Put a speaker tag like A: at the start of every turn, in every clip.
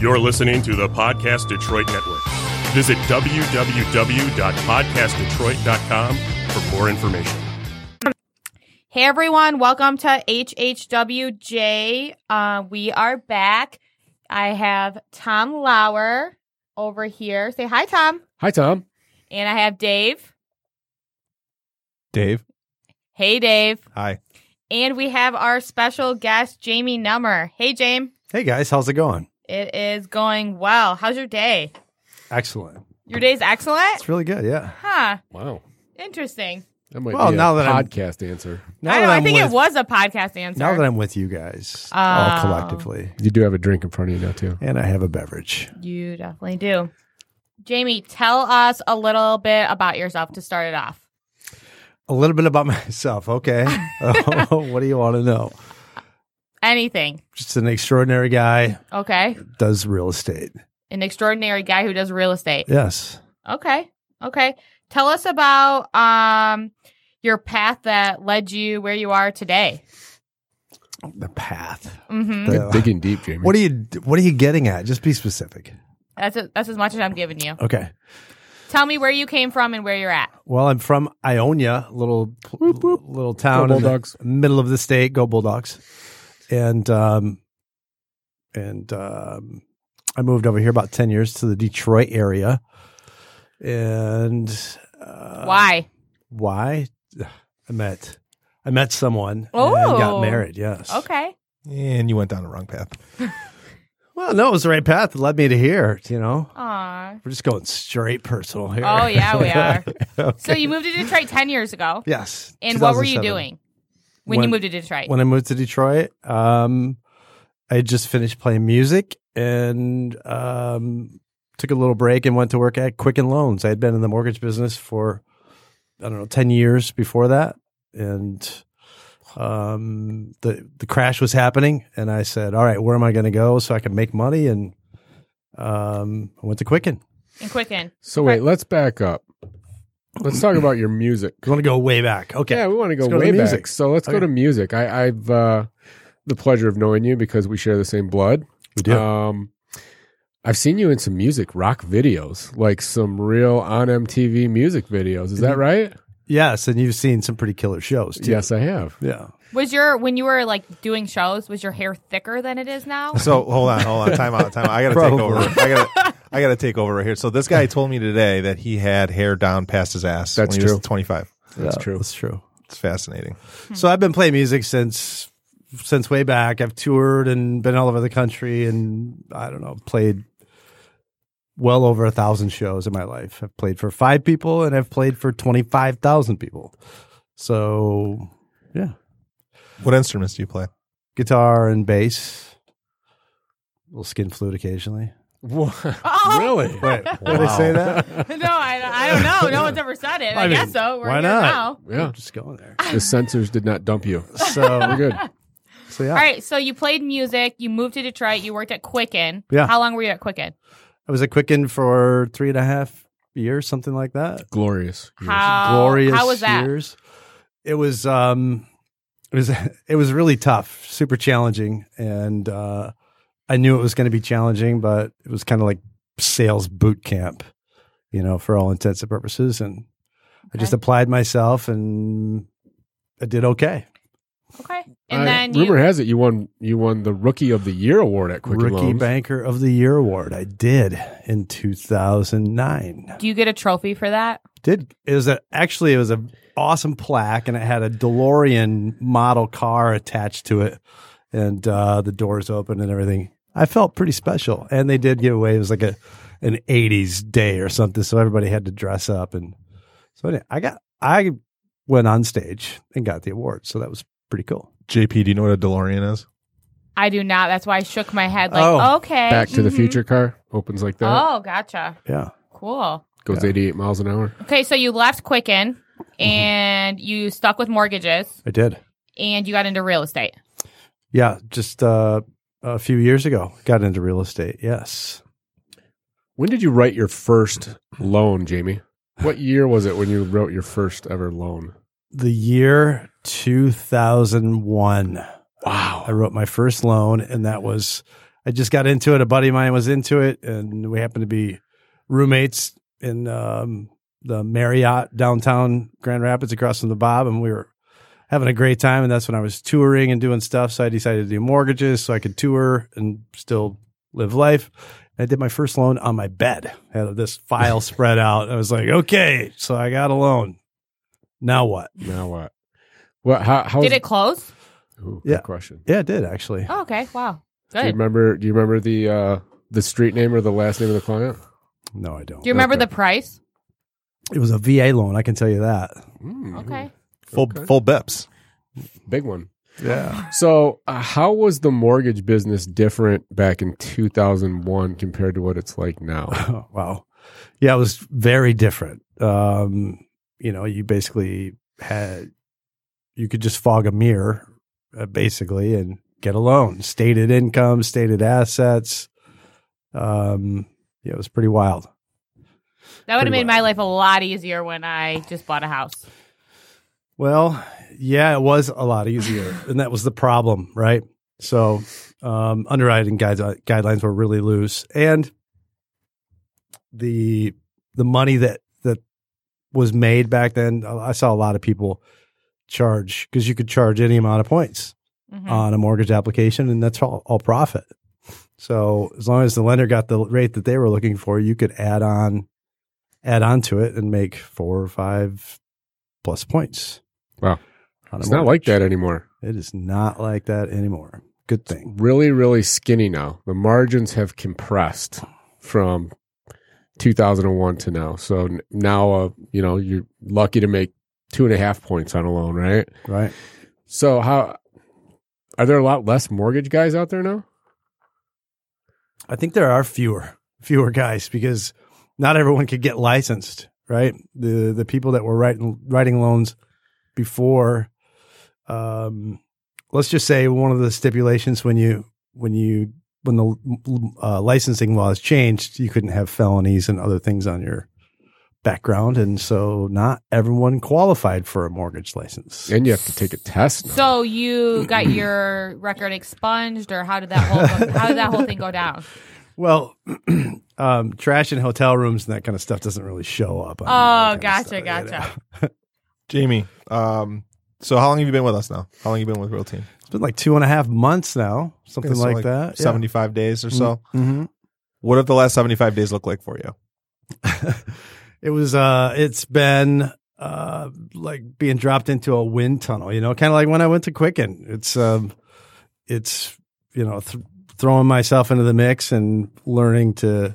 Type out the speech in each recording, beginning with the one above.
A: You're listening to the Podcast Detroit Network. Visit www.podcastdetroit.com for more information.
B: Hey everyone, welcome to HHWJ. Uh, we are back. I have Tom Lauer over here. Say hi, Tom.
C: Hi, Tom.
B: And I have Dave.
D: Dave.
B: Hey, Dave.
D: Hi.
B: And we have our special guest, Jamie Nummer. Hey, Jamie.
D: Hey guys, how's it going?
B: It is going well. How's your day?
D: Excellent.
B: Your day's excellent?
D: It's really good. Yeah.
B: Huh.
C: Wow.
B: Interesting.
C: That might
D: Well,
C: be a
D: now that I'm-
C: podcast answer.
B: I,
D: Now
B: don't know, I
D: I'm
B: think
D: with-
B: it was a podcast answer.
D: Now that I'm with you guys,
B: Oh.
D: all collectively,
C: You do have a drink in front of you now, too.
D: and I have a beverage.
B: you definitely do. Jamie, tell us a little bit about yourself to start it off.
D: A little bit about myself. Okay. oh, what do you want to know?
B: Anything.
D: Just an extraordinary guy
B: Okay.
D: does real estate.
B: An extraordinary guy who does real estate.
D: Yes.
B: Okay. Okay. Tell us about um your path that led you where you are today.
D: The path.
B: hmm
D: The-
C: Digging deep, Jamie.
D: Uh, what are you What are you getting at? Just be specific.
B: That's a, that's as much as I'm giving you.
D: Okay.
B: Tell me where you came from and where you're at.
D: Well, I'm from Ionia, little little town,
C: Go
D: in the
C: Bulldogs.
D: middle of the state. Go Bulldogs! And um, and um, I moved over here about ten years to the Detroit area. And uh,
B: Why?
D: Why? I met I met someone. and
B: Oh.
D: got married. Yes.
B: Okay.
E: And you went down the wrong path.
D: Well, no, it was the right path that led me to here. You know,
B: Aw.
D: we're just going straight personal here.
B: Oh yeah, we are.
D: Okay.
B: So you moved to Detroit 10 years ago.
D: yes.
B: And what were you
D: 2007.
B: doing when, you
D: When-
B: moved to Detroit?
D: when I moved to Detroit. Um, I had just finished playing music and um, took a little break and went to work at Quicken Loans. I had been in the mortgage business for I don't know ten years before that, and um, the the crash was happening, and I said, "All right, where am I going to go so I can make money?" And um, I went to Quicken.
B: in Quicken.
C: So, wait, let's back up. Let's talk about your music.
D: You want to go way back? Okay.
C: Yeah, we want to go
D: Let's go to
C: way back.
D: music.
C: So, let's go
D: Okay.
C: to music. I, I've uh, the pleasure of knowing you because we share the same blood.
D: We do.
C: Um, I've seen you in some music rock videos, like some real on MTV music videos. Is
D: Mm-hmm.
C: that right?
D: yes, and you've seen some pretty killer shows too.
C: Yes, I have.
D: Yeah.
B: Was your when you were like doing shows, was your hair thicker than it is now?
E: So hold on, hold on, time out, time out. I gotta take
D: Probably.
E: over. I gotta, I gotta take over right here. So this guy told me today that he had hair down past his ass.
C: That's
E: when He
C: true.
E: was Twenty-five.
C: That's
D: Yeah,
C: true.
D: That's true.
E: It's fascinating.
D: So I've been playing music since since way back. I've toured and been all over the country, and I don't know, played well over a thousand shows in my life. I've played for five people, and I've played for twenty five thousand people. So yeah,
E: What instruments do you play?
D: guitar and bass, little skin flute occasionally.
B: Oh!
C: Really?
D: Wait,
E: did I say
C: that?
B: no, I, I don't know. No one's ever said it. I,
D: I mean,
B: guess so. We're
D: why
B: here
D: not?
B: now.
C: Yeah.
D: I'm just going there.
C: The sensors did not dump you. We're
D: So
C: good.
D: so yeah,
B: All right, so you played music, you moved to Detroit, you worked at Quicken.
D: Yeah.
B: How long were you at Quicken?
D: I was at Quicken for three and a half years, something like that.
C: Glorious.
B: How
D: glorious
B: Uh, how was that?
D: years. It was um it was it was really tough, super challenging and uh I knew it was going to be challenging, but it was kind of like sales boot camp, you know, for all intents and purposes and I just
B: Okay.
D: applied myself and I did okay.
B: Okay. And
C: I-
B: then
C: rumor
B: you
C: has it you won you won the Rookie of the Year award at Quicken
D: Rookie
C: Loans.
D: Banker of the Year award. I did in 2009.
B: do you get a trophy for that?
D: Did it was a actually it was a awesome plaque and it had a DeLorean model car attached to it and uh, the doors open and everything. I felt pretty special. And they did give away it was like a an eighties day or something, so everybody had to dress up and so anyway, I got I went on stage and got the award. So that was pretty cool.
E: JP, do you know what a DeLorean is?
B: I do not. That's why I shook my head like,
D: Oh,
B: okay.
C: Back to the
B: mhm.
C: Future car opens like that.
B: Oh, gotcha.
D: Yeah.
B: Cool.
C: Goes 88 miles an hour.
B: Okay, so you left Quicken and you stuck with mortgages
D: I did.
B: and you got into real estate.
D: Yeah, just uh, a few years ago. Got into real estate, yes.
C: When did you write your first loan, Jamie? What year was it when you wrote your first ever loan?
D: The year two thousand one. I
C: Wow.
D: wrote my first loan, and that was I just got into it. A buddy of mine was into it, and we happened to be roommates in um, the Marriott downtown Grand Rapids across from the Bob, and we were having a great time. And that's when I was touring and doing stuff. So I decided to do mortgages so I could tour and still live life. I did my first loan on my bed. I had this file spread out. I was like, okay, so I got a loan. Now what?
C: Now what? Well, how how
B: Did it close?
C: Ooh,
D: Yeah.
C: Good question.
D: Yeah, it did actually.
B: Oh, okay. Wow.
C: Do you
B: Good.
C: remember? Do you remember the uh, the street name or the last name of the client?
D: No, I don't.
B: Do you remember
C: Okay.
B: the price?
D: It was a VA loan. I can tell you that.
C: Mm,
B: Okay.
E: Full
C: Okay.
E: full bips.
C: big one.
D: Yeah.
C: So, uh, how was the mortgage business different back in 2001 compared to what it's like now?
D: wow. Yeah, it was very different. Um, you know, you basically had you could just fog a mirror, uh, basically, and get a loan. Stated income, stated assets. Um, yeah, it was pretty wild.
B: That would have
D: Pretty
B: made
D: well.
B: my life a lot easier when I just bought a house.
D: Well, yeah, it was a lot easier, and that was the problem, right? So, um, underwriting guides, guidelines were really loose, and the the money that that was made back then, I saw a lot of people charge because you could charge any amount of points
C: Mm-hmm.
B: Mhm.
D: on a mortgage application, and that's all, all profit. So as long as the lender got the rate that they were looking for, you could add on, add on to it, and make four or five plus points.
C: Wow.
D: On a
C: It's not like
D: mortgage.
C: that anymore.
D: It is not like that anymore. Good thing.
C: Really, really skinny now. The margins have compressed from 2001 to now. So n- now, uh, you know, you're lucky to make two and a half points on a loan, right?
D: Right.
C: So, how are there a lot less mortgage guys out there now?
D: I think there are fewer, fewer guys because not everyone could get licensed, right? The the people that were writing writing loans before um let's just say one of the stipulations when you when you when the uh, licensing laws changed, you couldn't have felonies and other things on your background and so not everyone qualified for a mortgage license.
C: And you have to take a test now.
B: So you got your record expunged, or how did that whole how did that whole thing go down?
D: Well, um, trash in hotel rooms and that kind of stuff doesn't really show up. on
B: Oh,
D: that
B: gotcha,
D: kinda stuff, you
B: gotcha.
D: know.
E: Jamie, um, so how long have you been with us now? How long have you been with Real Team?
D: It's been like two and a half months now, something
E: So
D: like, that.
E: Seventy five days or so.
D: Mm-hmm.
E: What have the last seventy five days looked like for you?
D: Mm-hmm. it was. Uh, it's been uh, like being dropped into a wind tunnel. You know, kind of like when I went to Quicken. It's um, it's you know th- throwing myself into the mix and learning to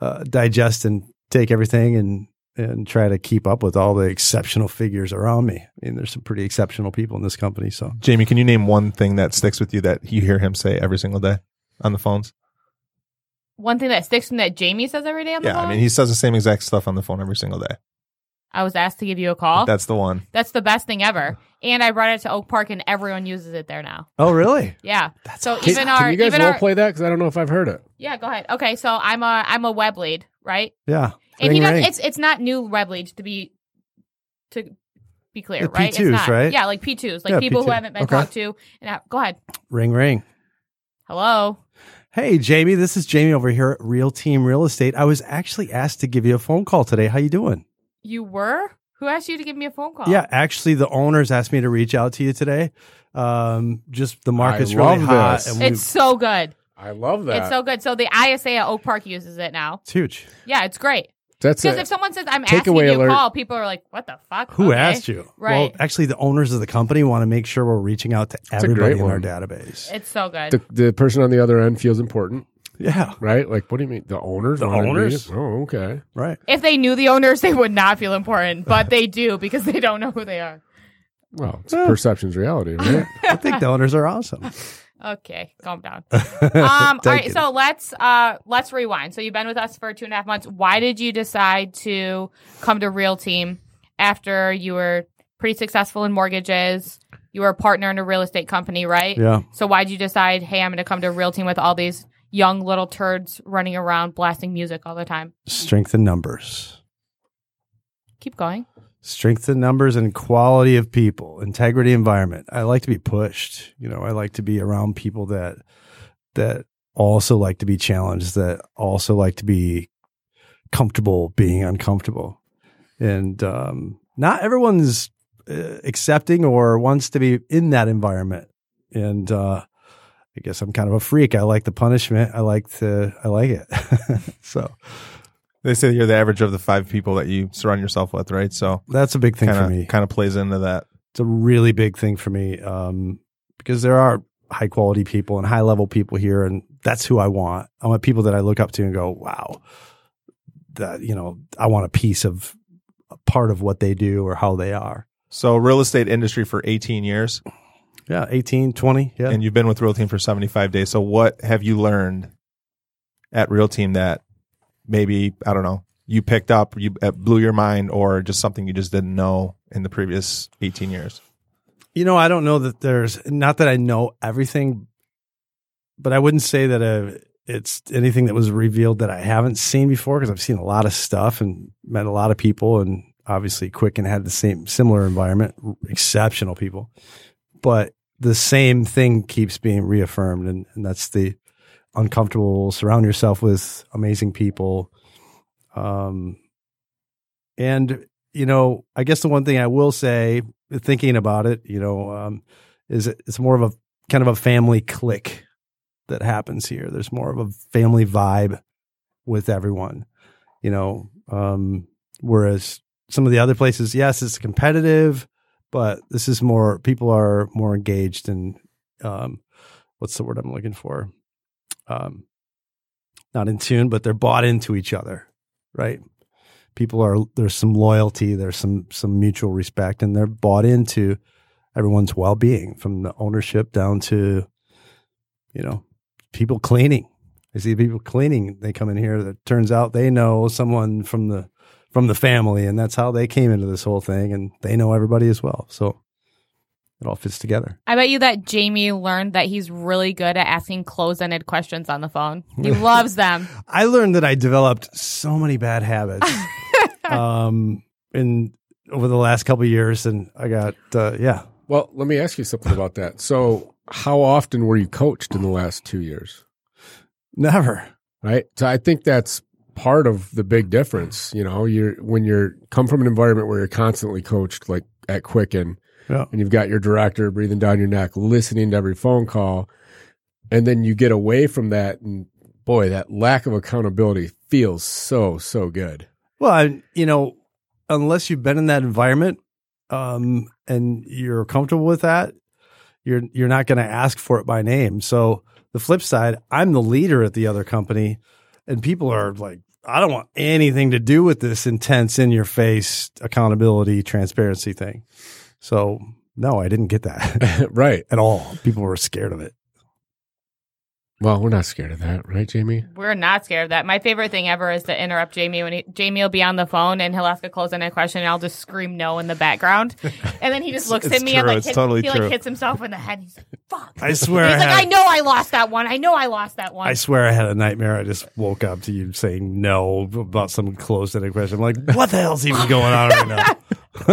D: uh, digest and take everything and and try to keep up with all the exceptional figures around me. I mean, there's some pretty exceptional people in this company. So
E: Jamie, can you name one thing that sticks with you that you hear him say every single day on the phones?
B: One thing that sticks from that Jamie says every day on the
E: Yeah,
B: phone.
E: I mean he says the same exact stuff on the phone every single day.
B: I was asked to give you a call.
E: That's the one.
B: That's the best thing ever. And I brought it to Oak Park, and everyone uses it there now.
D: oh really?
B: Yeah. That's so
C: Can,
B: even
C: can
B: our
C: you guys
B: even
C: role
B: our
C: play that? Because I don't know if I've heard it.
B: yeah. Go ahead. Okay, so I'm a I'm a web lead, right?
D: Yeah.
B: And
D: Ring,
B: he does.
D: ring.
B: It's it's not new web leads to be to be clear,
D: The
B: right?
D: P2s,
B: it's not.
D: right?
B: Yeah, like P twos, like
D: Yeah,
B: people who
D: P2.
B: haven't been
D: Okay.
B: talked to. And I, go ahead.
D: ring ring.
B: Hello.
D: Hey Jamie, this is Jamie over here at Real Team Real Estate. I was actually asked to give you a phone call today. How you doing?
B: You were? Who asked you to give me a phone call?
D: Yeah, actually the owners asked me to reach out to you today. Um just the market's
C: love
D: really hot
C: this.
D: and we,
B: It's so good.
C: I love
B: It's so good. So the ISA at Oak Park uses it now.
D: it's huge.
B: Yeah, it's great.
C: That's
B: Because
C: it.
B: if someone says I'm
C: Takeaway
B: asking you
C: alert.
B: a call, people are like, "What the fuck?
D: Who
B: Okay.
D: asked you?
B: Right.
D: Well, actually the owners of the company want to make sure we're reaching out to
C: a
D: everybody in
C: great
D: our
C: one.
D: database.
B: It's so good.
C: the, the person on the other end feels important,
D: yeah,
C: right? Like, what do you mean? The owners?
D: The
C: wanna meet
D: owners?
C: us? Oh, okay.
D: right.
B: if they knew the owners, they would not feel important, but they do because they don't know who they are.
C: Well, it's
D: Yeah.
C: perception's reality, right?
D: I think the owners are awesome.
B: Okay, calm down. Um, all
D: Thank
B: right,
D: you.
B: so let's uh let's rewind. So you've been with us for two and a half months. Why did you decide to come to Real Team after you were pretty successful in mortgages? You were a partner in a real estate company, right?
D: Yeah.
B: So why'd you decide, hey, I'm going to come to Real Team with all these young little turds running around blasting music all the time?
D: Strength in numbers.
B: Keep going.
D: strength in numbers and quality of people integrity environment i like to be pushed you know i like to be around people that that also like to be challenged, that also like to be comfortable being uncomfortable. And um, not everyone's uh, accepting or wants to be in that environment. And uh, I guess I'm kind of a freak. I like the punishment. I like to. I like it. so
E: They say you're the average of the five people that you surround yourself with, right? So
D: that's a big thing for
E: kind
D: me.
E: of kind of plays into that.
D: it's a really big thing for me um, because there are high quality people and high level people here, and that's who I want. I want people that I look up to and go, wow, that you know, I want a piece of a part of what they do or how they are.
E: So real estate industry for 18 years,
D: Yeah, 18, 20. Yeah.
E: and you've been with Real Team for 75 days. So what have you learned at Real Team that maybe I don't know you picked up, you uh, blew your mind, or just something you just didn't know in the previous 18 years?
D: You know, I don't know that there's not that I know everything, but I wouldn't say that uh it's anything that was revealed that I haven't seen before because I've seen a lot of stuff and met a lot of people and obviously Quicken had the same similar environment, r- exceptional people, but the same thing keeps being reaffirmed, and, and that's the uncomfortable. Surround yourself with amazing people, um, and you know, I guess the one thing I will say, thinking about it, you know, um, is it, it's more of a kind of a family click that happens here. There's more of a family vibe with everyone, you know. Um, whereas some of the other places, yes, it's competitive, but this is more people are more engaged and um, what's the word I'm looking for? Um, not in tune, but they're bought into each other, right? people are there's some loyalty there's some some mutual respect and they're bought into everyone's well-being from the ownership down to you know people cleaning i see people cleaning they come in here that turns out they know someone from the from the family and that's how they came into this whole thing and they know everybody as well so it all fits together
B: I bet you that Jamie learned that he's really good at asking closed-ended questions on the phone. He loves them.
D: I learned that I developed so many bad habits um, in over the last couple of years, and I got uh, yeah.
C: Well, let me ask you something about that. So, how often were you coached in the last two years?
D: Never.
C: Right. So, I think that's part of the big difference. You know, you're when you're come from an environment where you're constantly coached, like at Quicken,
D: Yeah.
C: and you've got your director breathing down your neck, listening to every phone call, and then you get away from that, and boy, that lack of accountability feels so so good.
D: Well, I, you know, unless you've been in that environment um, and you're comfortable with that, you're you're not going to ask for it by name. So the flip side, I'm the leader at the other company, and people are like, I don't want anything to do with this intense, in your face accountability, transparency thing. So no, I didn't get that
C: right.
D: at all. People were scared of it.
C: Well, we're not scared of that, right, Jamie?
B: We're not scared of that. My favorite thing ever is to interrupt Jamie when he, Jamie will be on the phone and he'll ask a close-ended question and I'll just scream no in the background, and then he just looks
E: it's
B: at me and
E: true.
B: like
E: It's
B: hits,
E: totally
B: he
E: true.
B: like hits himself in the head. He's like, "Fuck!"
D: I swear.
B: He's
D: I
B: like,
D: had-
B: "I know I lost that one. I know I lost that one."
D: I swear I had a nightmare. I just woke up to you saying no about some closed-ended question. I'm like, what the hell's even going on right now?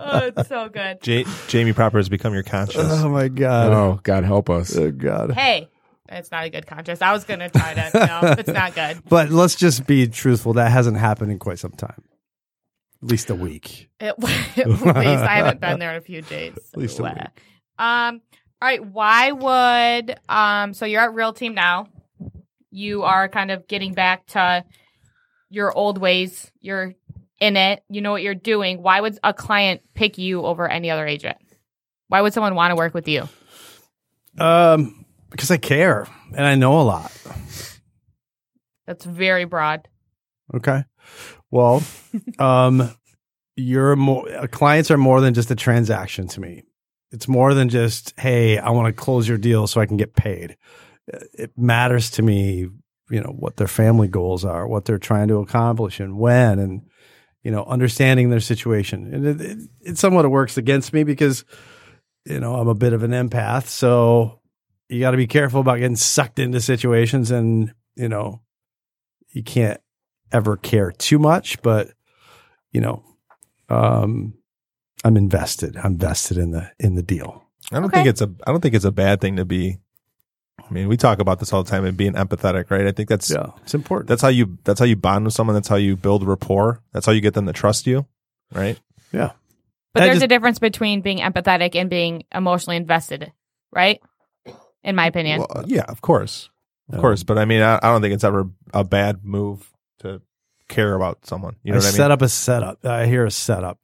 B: oh, it's so good.
E: J- Jamie Proper has become your conscience.
D: oh my god.
C: Oh, God help us.
D: Oh god.
B: Hey, it's not a good contrast. I was gonna try to. No, it's not good.
D: But let's just be truthful. That hasn't happened in quite some time. At least a week.
B: At least I haven't been there in a few days.
D: At least a
B: Bleh.
D: week.
B: Um. All right. Why would um? So you're at Real Team now. You are kind of getting back to your old ways. You're in it. You know what you're doing. Why would a client pick you over any other agent? Why would someone want to work with you?
D: Um, because I care and I know a lot.
B: That's very broad.
D: Okay. Well, um, you're more uh, clients are more than just a transaction to me. It's more than just hey, I want to close your deal so I can get paid. Uh, It matters to me, you know, what their family goals are, what they're trying to accomplish, and when, and you know, understanding their situation. And it, it, it somewhat works against me because you know I'm a bit of an empath, so you got to be careful about getting sucked into situations, and you know, you can't ever care too much, but you know, um, I'm invested. I'm vested in the in the deal.
E: I don't
B: Okay.
E: think it's a I don't think it's a bad thing to be I mean, we talk about this all the time and being empathetic, right? I think that's
D: Yeah, it's important.
E: that's how you that's how you bond with someone. That's how you build rapport. That's how you get them to trust you, right?
D: yeah,
B: But
D: I
B: there's
D: just-
B: a difference between being empathetic and being emotionally invested, right? In my opinion.
E: Well, uh, yeah, of course, of
D: Um,
E: course. But I mean, I, I don't think it's ever a bad move to care about someone. You know
D: I
E: what I mean?
D: set up a setup. I hear a setup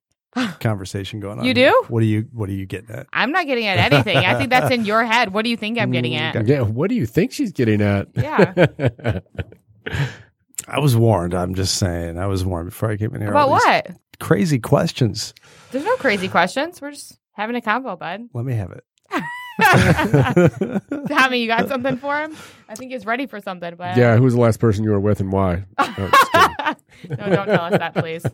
D: conversation going on.
B: You
D: here.
B: do?
D: What are you What are you getting at?
B: I'm not getting at anything. I think that's in your head. What do you think I'm getting at?
C: Yeah, what do you think she's getting at?
B: Yeah.
D: I was warned. I'm just saying. I was warned before I came in here.
B: About
D: All these
B: what?
D: Crazy questions.
B: There's no crazy questions. We're just having a combo, bud.
D: Let me have it.
B: Tommy, you got something for him? I think he's ready for something, but
C: yeah, who was the last person you were with and why? Oh, No, I'm just kidding.
B: no, don't tell us that, please.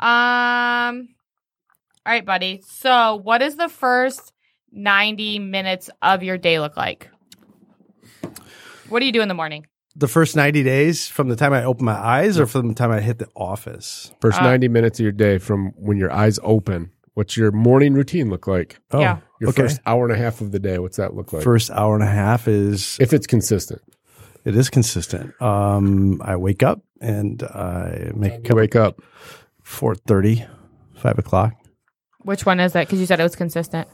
B: Um. All right, buddy. So, what does the first ninety minutes of your day look like? What do you do in the morning?
D: the first 90 days from the time I open my eyes or from the time I hit the office?
C: First
B: Uh,
C: 90 minutes of your day from when your eyes open, what's your morning routine look like?
D: Oh,
B: Yeah.
C: Your
D: okay.
C: first hour and a half of the day, what's that look like?
D: First hour and a half is
C: if it's consistent,
D: it is consistent. Um, I wake up and I make a
C: you
D: cup
C: wake up.
D: 4.30, 5 o'clock.
B: Which one is that? Because you said it was consistent.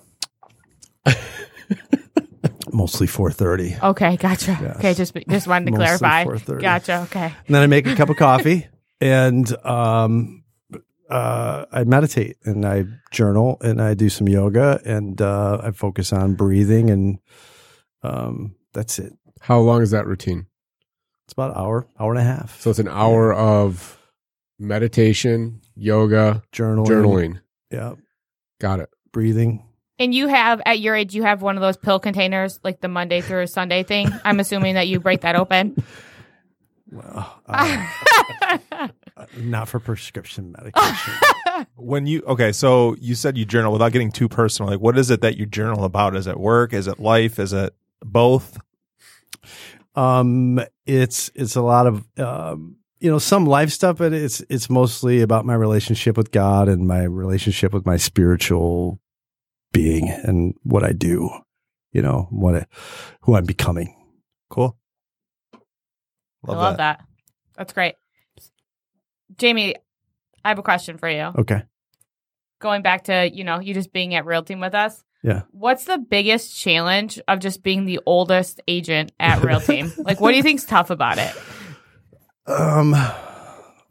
D: Mostly 4.30.
B: Okay, gotcha. Okay, just just wanted to
D: Mostly
B: clarify.
D: 4:30.
B: Gotcha. Okay.
D: And then I make a cup of coffee and um, uh, I meditate and I journal and I do some yoga and uh, I focus on breathing and um, that's it.
C: How long is that routine?
D: It's about an hour, hour and a half.
C: So it's an hour of meditation, yoga,
D: journaling.
C: journaling.
D: Yeah.
C: Got it.
D: Breathing.
B: And you have at your age, you have one of those pill containers, like the Monday through Sunday thing. I'm assuming that you break that open.
D: Well, uh, not for prescription medication.
E: when you okay, so you said you journal without getting too personal. Like, what is it that you journal about? Is it work? Is it life? Is it both?
D: um, it's it's a lot of um, you know some life stuff, but it's it's mostly about my relationship with God and my relationship with my spiritual being and what I do. You know what I, who I'm becoming.
E: Cool.
B: I love that. That's great. Jamie, I have a question for you.
D: Okay.
B: Going back to, you know, you just being at Real Team with us.
D: Yeah.
B: What's the biggest challenge of just being the oldest agent at Real Team? like what do you think's tough about it?
D: Um.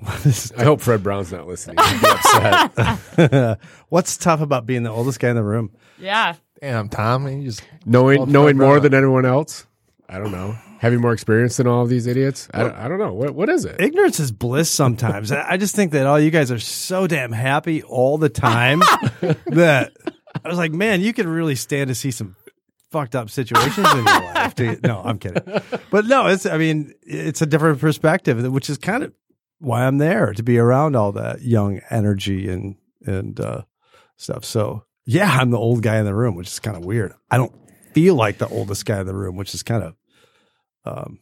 D: What is
C: I hope Fred Brown's not listening. He'd be upset.
D: What's tough about being the oldest guy in the room?
B: Yeah.
E: Damn, Tom, you just
C: knowing
E: Well, Fred
C: knowing more
E: Brown.
C: than anyone else. I don't know. Having more experience than all of these idiots. I don't, I don't know. What what is it?
D: ignorance is bliss sometimes. I I just think that all you guys are so damn happy all the time that I was like, man, you could really stand to see some fucked up situations in your life. dude. No, I'm kidding. But no, it's I mean, it's a different perspective, which is kind of why I'm there to be around all that young energy and and uh, stuff. So yeah, I'm the old guy in the room, which is kind of weird. I don't feel like the oldest guy in the room, which is kind of um,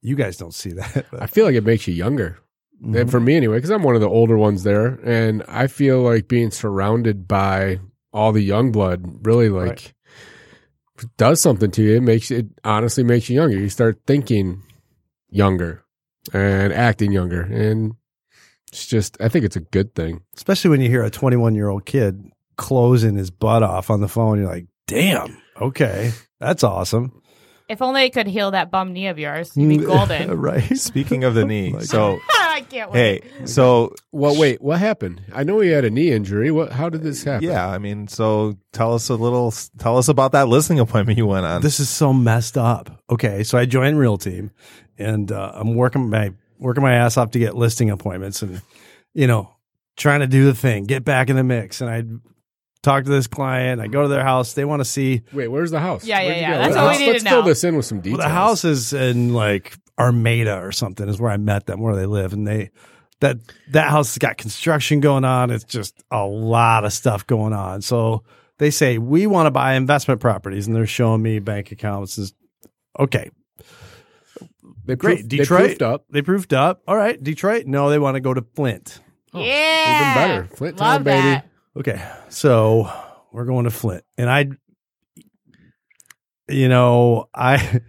D: you guys don't see that. but-
C: I feel like it makes you younger.
D: Mhm.
C: And for me anyway, because I'm one of the older ones there, and I feel like being surrounded by all the young blood really like
D: Right.
C: does something to you. It makes you- it honestly makes you younger. You start thinking younger and acting younger, and it's just I think it's a good thing.
D: especially when you hear a 21 year old kid closing his butt off on the phone. You're like, damn, okay, that's awesome.
B: If only it could heal that bum knee of yours, you'd be golden.
D: right?
E: speaking of the knee.
D: Like- oh
E: so
B: I can't
E: hey,
B: wait.
E: so
C: Well, wait, what happened? I know he had a knee injury. What? How did this happen?
E: yeah, I mean, so tell us a little. Tell us about that listening appointment you went on.
D: This is so messed up. Okay, so I joined Real Team, and uh, I'm working my working my ass off to get listing appointments, and you know, trying to do the thing, get back in the mix. And I talk to this client. I go to their house. They want to see.
C: Wait, where's the house?
B: Yeah, yeah,
C: Where'd you
B: yeah.
C: go?
B: That's
C: let's,
B: all we
C: let's-
B: need to
C: let's fill
B: know.
C: this in with some details.
D: Well, the house is in like Armada or something is where I met them, where they live, and they that that house has got construction going on. It's just a lot of stuff going on. So they say we want to buy investment properties, and they're showing me bank accounts. Is okay,
C: they
D: great.
C: proofed-
D: Detroit
C: they proofed up.
D: They proofed up. All right, Detroit. No, they want to go to Flint.
B: yeah.
C: better. Flint Town,
B: Love that.
C: baby.
D: Okay, so we're going to Flint, and I you know, I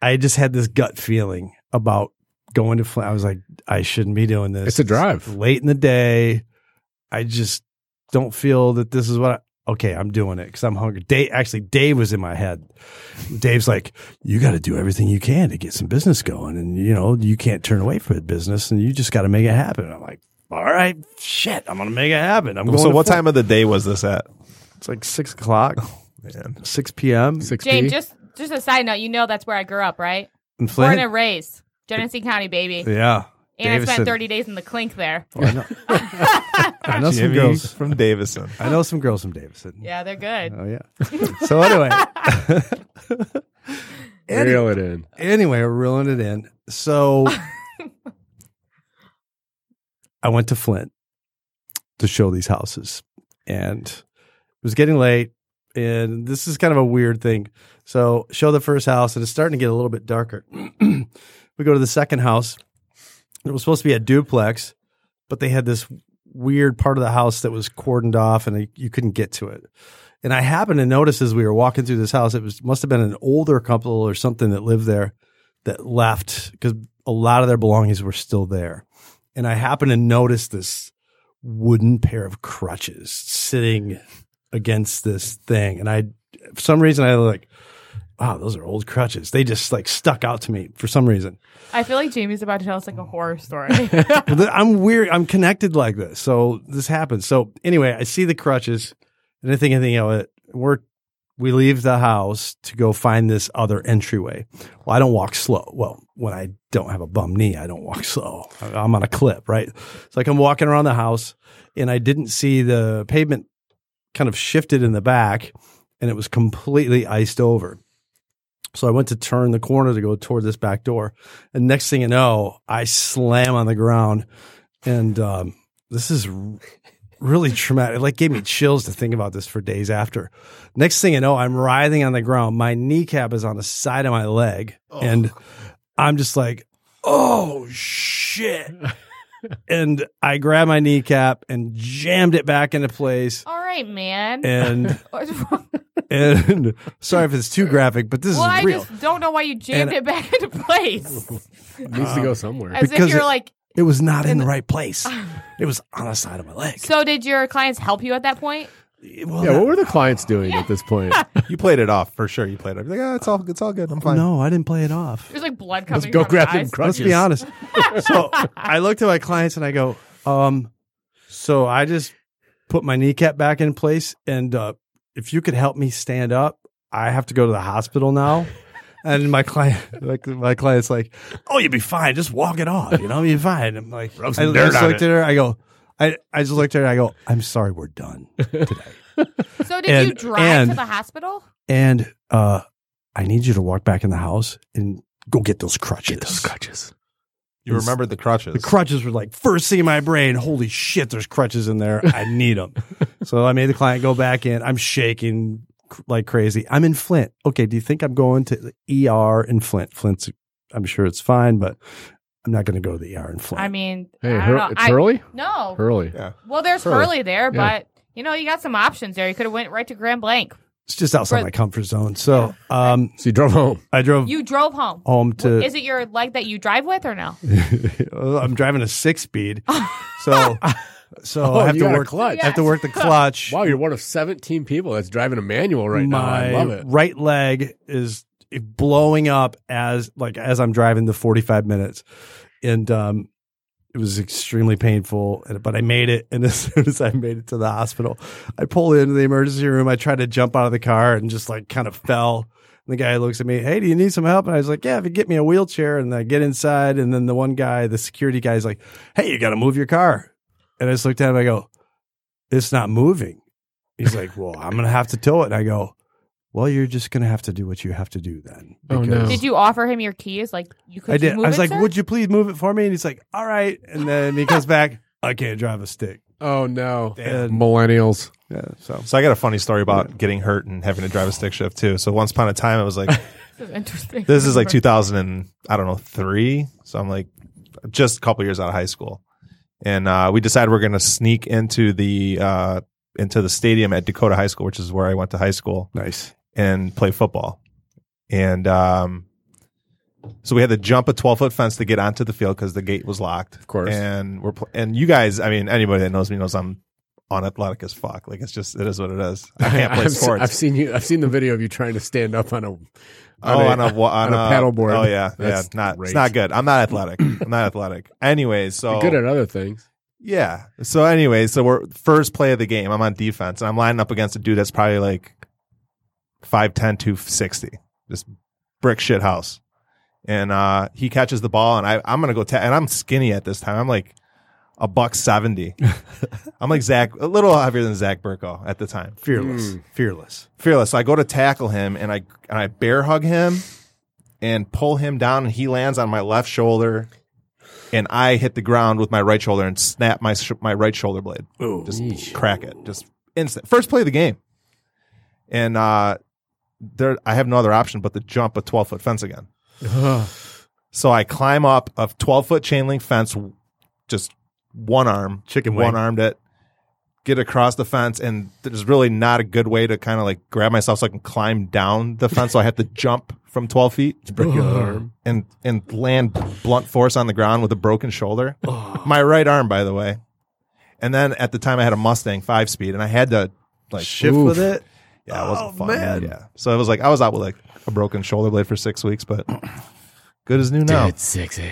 D: I just had this gut feeling about going to Flint. I was like, I shouldn't be doing this.
C: It's a drive.
D: late in the day. I just don't feel that this is what. I, okay, I'm doing it because I'm hungry. Dave, actually, Dave was in my head. Dave's like, you got to do everything you can to get some business going, and you know you can't turn away from the business, and you just got to make it happen. I'm like, all right, shit, I'm gonna make it happen. I'm going.
E: So
D: to
E: what
D: Flint."
E: time of the day was this at?
D: It's like six o'clock,
E: Man.
D: 6 p.m.
C: Six
B: Jane,
C: P.
B: just just a side note, you know that's where I grew up, right?
D: in
B: Born
D: Flint.
B: and raised, Genesee County, baby.
D: yeah.
B: and I
D: Davison.
B: spent 30 days in the clink there.
D: I know, I know some
E: Jimmy
D: girls.
E: E from Davison.
D: I know some girls from Davison.
B: Yeah, they're good.
D: Oh yeah. so anyway, Any-
C: Reel it in.
D: anyway, we're reeling it in. So I went to Flint to show these houses, and it was getting late. And this is kind of a weird thing. So show the first house, and it's starting to get a little bit darker. we go to the second house. It was supposed to be a duplex, but they had this weird part of the house that was cordoned off, and you couldn't get to it. And I happened to notice as we were walking through this house, it was must have been an older couple or something that lived there that left because a lot of their belongings were still there. And I happened to notice this wooden pair of crutches sitting against this thing. And I, for some reason, I was like, wow, those are old crutches. They just like stuck out to me for some reason.
B: I feel like Jamie's about to tell us like a horror story.
D: Well, th- I'm weird. I'm connected like this. So this happens. So anyway, I see the crutches and I think, I think, oh, we're, we leave the house to go find this other entryway. Well, I don't walk slow. Well, when I don't have a bum knee, I don't walk slow. I- I'm on a clip, right? It's like I'm walking around the house and I didn't see the pavement kind of shifted in the back and it was completely iced over. So I went to turn the corner to go toward this back door. And next thing you know, I slam on the ground. And um, this is r- really traumatic. It like gave me chills to think about this for days after. Next thing you know, I'm writhing on the ground. My kneecap is on the side of my leg. And I'm just like, oh shit. and I grabbed my kneecap and jammed it back into place.
B: All right, man.
D: And
B: well,
D: and sorry if it's too graphic, but this
B: I
D: is real.
B: just don't know why you jammed
D: And-
B: it back into place.
C: It needs
D: Uh,
C: to go somewhere.
B: As if
D: Because
B: you're
D: it-
B: like,
D: It was not in
B: And-
D: the right place. It was on the side of my leg.
B: so did your clients help you at that point?
D: Well,
C: Yeah,
D: that-
C: what were the clients doing at this point?
E: You played it off for sure. You played it. off. You're Like, ah, it's all, it's all good. I'm fine.
D: no, I didn't play it off.
B: There's like blood coming
C: Let's go
B: from your
C: grab them
B: eyes.
C: crutches.
D: Let's be honest. so I looked at my clients and I go, um, so I just put my kneecap back in place. And uh, if you could help me stand up, I have to go to the hospital now. And my client, like my client's like, "Oh, you'll be fine. Just walk it off. You know, you'll be fine." I'm like,
C: Rub some
D: I
C: dirt
D: just
C: on
D: looked
C: it.
D: at her. I go, I, I just looked at her. I go, "I'm sorry, we're done today."
B: So did you
D: And-
B: drive to
D: and-
B: the hospital?
D: and uh, I need you to walk back in the house and go get those crutches.
C: crutches.
E: You remembered the crutches.
D: The crutches were like first thing in my brain. Holy shit, there's crutches in there. I need them. so I made the client go back in. I'm shaking cr- like crazy. I'm in Flint. Okay, do you think I'm going to the ER in Flint? Flint's, I'm sure it's fine, but I'm not going to go to the ER in Flint.
B: I mean,
C: Hey,
B: I don't
C: Hur-
B: know.
C: it's
B: I-
C: Hurley?
B: No.
C: Hurley.
B: Well, there's
C: Hurley.
B: Hurley there, but you know, you got some options there. You could have went right to Grand Blanc.
D: it's just outside
B: Right.
D: my comfort zone. So um,
C: So you drove home.
D: I drove
B: You drove home.
D: home to. uh,
B: Is it your leg that you drive with or no?
D: I'm driving a six speed, so so
C: Oh,
D: I have
C: you
D: to
C: got a
D: work.
C: clutch.
D: I have to work the clutch.
C: Wow, you're one of 17 people that's driving a manual right
D: My
C: now. I love it.
D: right leg is blowing up as like as I'm driving the 45 minutes, and um, it was extremely painful. and- But I made it, and as soon as I made it to the hospital, I pull into the emergency room. I tried to jump out of the car and just like kind of fell. And the guy looks at me, hey, do you need some help? And I was like, yeah, if you get me a wheelchair. And I get inside. And then the one guy, the security guy, is like, hey, you got to move your car. And I just looked at him. I go, it's not moving. He's like, well, I'm going to have to tow it. And I go, well, you're just going to have to do what you have to do then.
C: Oh, no.
D: Because-
B: Did you offer him your keys? Like you could.
D: I did. I
B: Move
D: was
B: it,
D: like,
B: sir?
D: would you please move it for me? And he's like, all right. And then he comes back, I can't drive a stick.
C: Oh, no.
D: And,
C: Millennials.
D: yeah, so.
E: So I got a funny story about getting hurt and having to drive a stick shift too. So once upon a time, I was like,
B: This is interesting.
E: this is like 2000 and I don't know three. So I'm like, just a couple years out of high school, and uh, we decided we're going to sneak into the uh, into the stadium at Dakota High School, which is where I went to high school,
D: Nice.
E: and play football. and um, so we had to jump a twelve foot fence to get onto the field because the gate was locked. Of
C: course.
E: and we're pl- and you guys. I mean, anybody that knows me knows I'm unathletic as fuck. Like it's just it is what it is. I can't play
C: I've, se-
E: sports.
C: I've seen you. I've seen the video of you trying to stand up on a. On
E: Oh, on a, wa- on
C: on a paddleboard.
E: Oh yeah,
C: That's
E: yeah. Not
C: great.
E: it's not good. I'm not athletic. I'm not athletic. Anyways, so
C: You're good at other things.
E: yeah. So anyways, so we're first play of the game. I'm on defense, and I'm lining up against a dude that's probably like 5'10", 260. Just brick shit house, and uh, he catches the ball, and I I'm gonna go ta- and I'm skinny at this time. I'm like a buck seventy. I'm like Zach, a little heavier than Zach Burko at the time
D: Fearless. Fearless.
E: fearless. So I go to tackle him and I and I bear hug him and pull him down and he lands on my left shoulder and I hit the ground with my right shoulder and snap my sh- my right shoulder blade. just crack it. Just instant. First play of the game. And uh there I have no other option but to jump a 12 foot fence again. so I climb up a 12 foot chain link fence just one arm
D: Chicken wing.
E: one armed it get across the fence and there's really not a good way to kind of like grab myself so I can climb down the fence. So I have to jump from 12 feet and, and land blunt force on the ground with a broken shoulder.
D: Oh.
E: My right arm, by the way. And then at the time I had a Mustang five speed and I had to like
D: Shift
C: Oof.
D: with it.
E: Yeah, it wasn't
D: Oh,
E: fun.
D: man.
E: Yeah. So it was like, I was out with like a broken shoulder blade for six weeks, but good as new now.
C: sexy.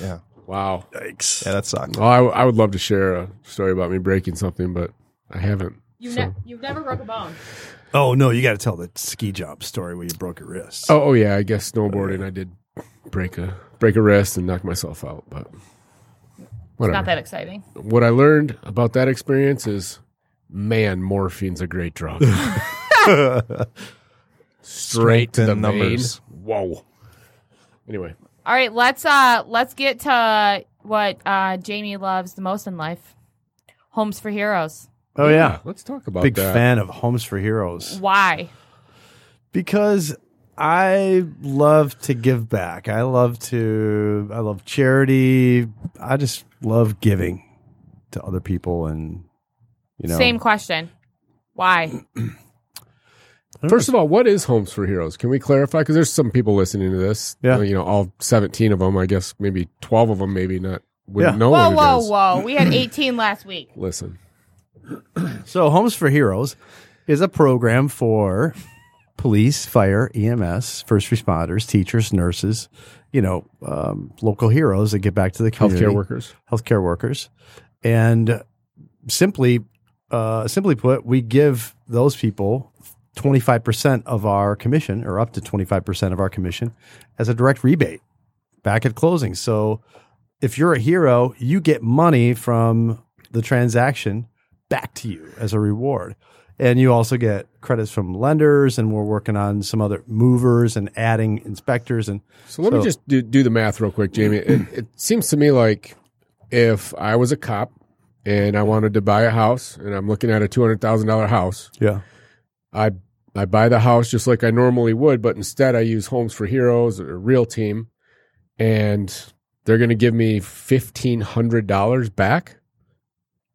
E: Yeah.
C: Wow.
D: Yikes.
E: Yeah, that sucked.
C: Well, I, I would love to share a story about me breaking something, but I haven't.
B: You've,
C: So-
B: ne- you've never broke a bone.
D: Oh no, you got to tell the ski jump story where you broke your wrist.
C: Oh, oh yeah, I guess snowboarding. I did break a break a wrist and knock myself out, but
B: It's
C: whatever.
B: not that exciting.
C: what I learned about that experience is, man, morphine's a great drug. Straight to the
E: Strengthen
C: numbers.
E: numbers.
C: Whoa. Anyway,
B: All right, let's uh let's get to what uh Jamie loves the most in life. Homes for Heroes.
D: Oh yeah,
C: let's talk about
D: big
C: that.
D: fan of Homes for Heroes
B: Why?
D: because I love to give back. I love to. I love charity. I just love giving to other people, and you know,
B: Same question. Why?
C: First of all, what is Homes for Heroes? Can we clarify? Because there's some people listening to this.
D: Yeah.
C: Well, You know, all 17 of them. I guess maybe 12 of them. Maybe not. Wouldn't
D: Yeah.
C: know
B: Whoa,
C: what it
B: whoa,
C: is.
B: whoa. We had 18 last week.
C: Listen,
D: So, Homes for Heroes is a program for police, fire, EMS, first responders, teachers, nurses, you know, um, local heroes that get back to the community,
C: healthcare workers.
D: healthcare workers, and simply, uh, simply put, we give those people. 25% of our commission or up to 25% of our commission as a direct rebate back at closing. So if you're a hero, you get money from the transaction back to you as a reward. And you also get credits from lenders, and we're working on some other movers and adding inspectors. And
C: So let me
D: So-
C: just do, do the math real quick, Jamie. It, it seems to me like if I was a cop and I wanted to buy a house and I'm looking at a $200,000 house,
D: yeah,
C: I I buy the house just like I normally would, but instead I use Homes for Heroes or Real Team, and they're going to give me fifteen hundred dollars back.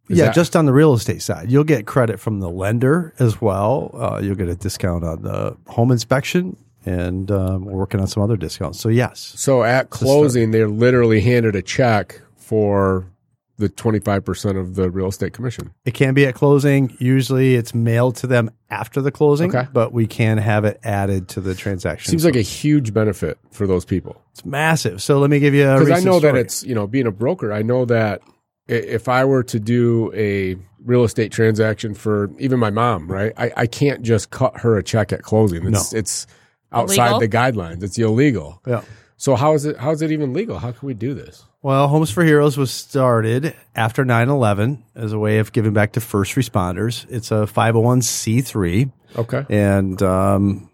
C: Is
D: yeah,
C: that-
D: just on the real estate side, you'll get credit from the lender as well. Uh, you'll get a discount on the home inspection, and um, we're working on some other discounts. So yes,
C: so at closing they're literally handed a check for the twenty five percent of the real estate commission.
D: It can be at closing. Usually it's mailed to them after the closing,
C: Okay.
D: but we can have it added to the transaction.
C: Seems
D: So
C: like a huge benefit for those people.
D: it's massive. So let me give you a
C: because I
D: recent
C: know that
D: story.
C: it's you know being a broker. I know that i- if I were to do a real estate transaction for even my mom, right? I, I can't just cut her a check at closing. It's it's outside
B: Illegal?
C: the guidelines. It's illegal.
D: Yeah.
C: So how is it how is it even legal? How can we do this?
D: Well, Homes for Heroes was started after 9 11 as a way of giving back to first responders. It's a 501c3.
C: Okay.
D: and um,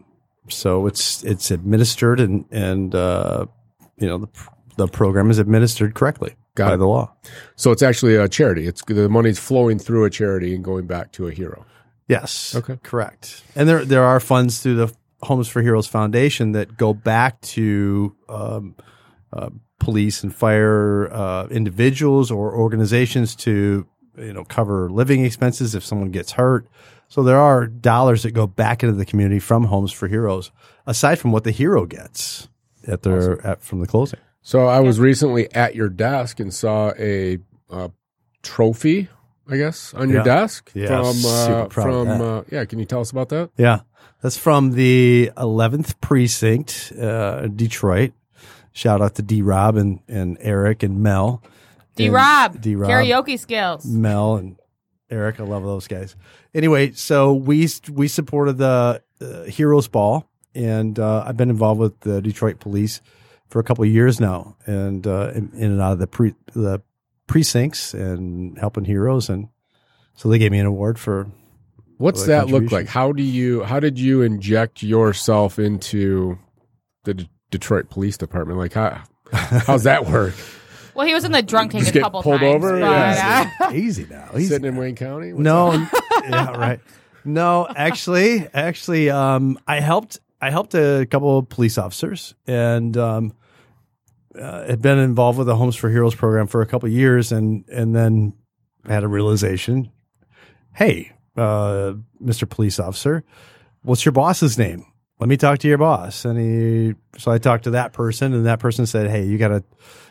D: so it's it's administered and and uh, you know the, pr- the program is administered correctly
C: Got
D: by
C: it.
D: the law.
C: So it's actually a charity. It's the money's flowing through a charity and going back to a hero.
D: Yes.
C: Okay.
D: Correct. And there there are funds through the Homes for Heroes Foundation that go back to um, uh, police and fire uh, individuals or organizations to you know cover living expenses if someone gets hurt, So there are dollars that go back into the community from Homes for Heroes, aside from what the hero gets at their at, from the closing.
C: So I was recently at your desk and saw a uh, trophy, I guess, on your
D: Yeah.
C: desk
D: Yeah,
C: from
D: super
C: uh,
D: proud
C: from
D: of that.
C: uh, yeah. Can you tell us about that?
D: Yeah, that's from the 11th precinct, uh, Detroit. Shout out to D Rob and, and Eric and Mel.
B: D Rob,
D: D Rob,
B: karaoke skills.
C: Mm.
D: Mel and Eric. I love those guys. Anyway, so we we supported the uh, Heroes Ball, and uh, I've been involved with the Detroit Police for a couple of years now, and uh, in, in and out of the pre the precincts and helping heroes, and so they gave me an award for
C: What's
D: Like
C: that look
D: contributions.
C: like? How do you how did you inject yourself into the D- Detroit Police Department? Like how how's that work?
B: Well, he was in the drunk tank
C: Just
B: a
C: get
B: couple
C: pulled
B: times.
C: over?
B: but,
C: Yeah.
B: uh,
D: easy now. Easy
C: Sitting in Wayne County? What's
D: No, n- yeah, right. No, actually, actually, um, I helped. I helped a couple of police officers, and um, uh, had been involved with the Homes for Heroes program for a couple of years, and and then had a realization. Hey, uh, Mister Police Officer, what's your boss's name? Let me talk to your boss. And he, so I talked to that person, and that person said, "Hey, you gotta,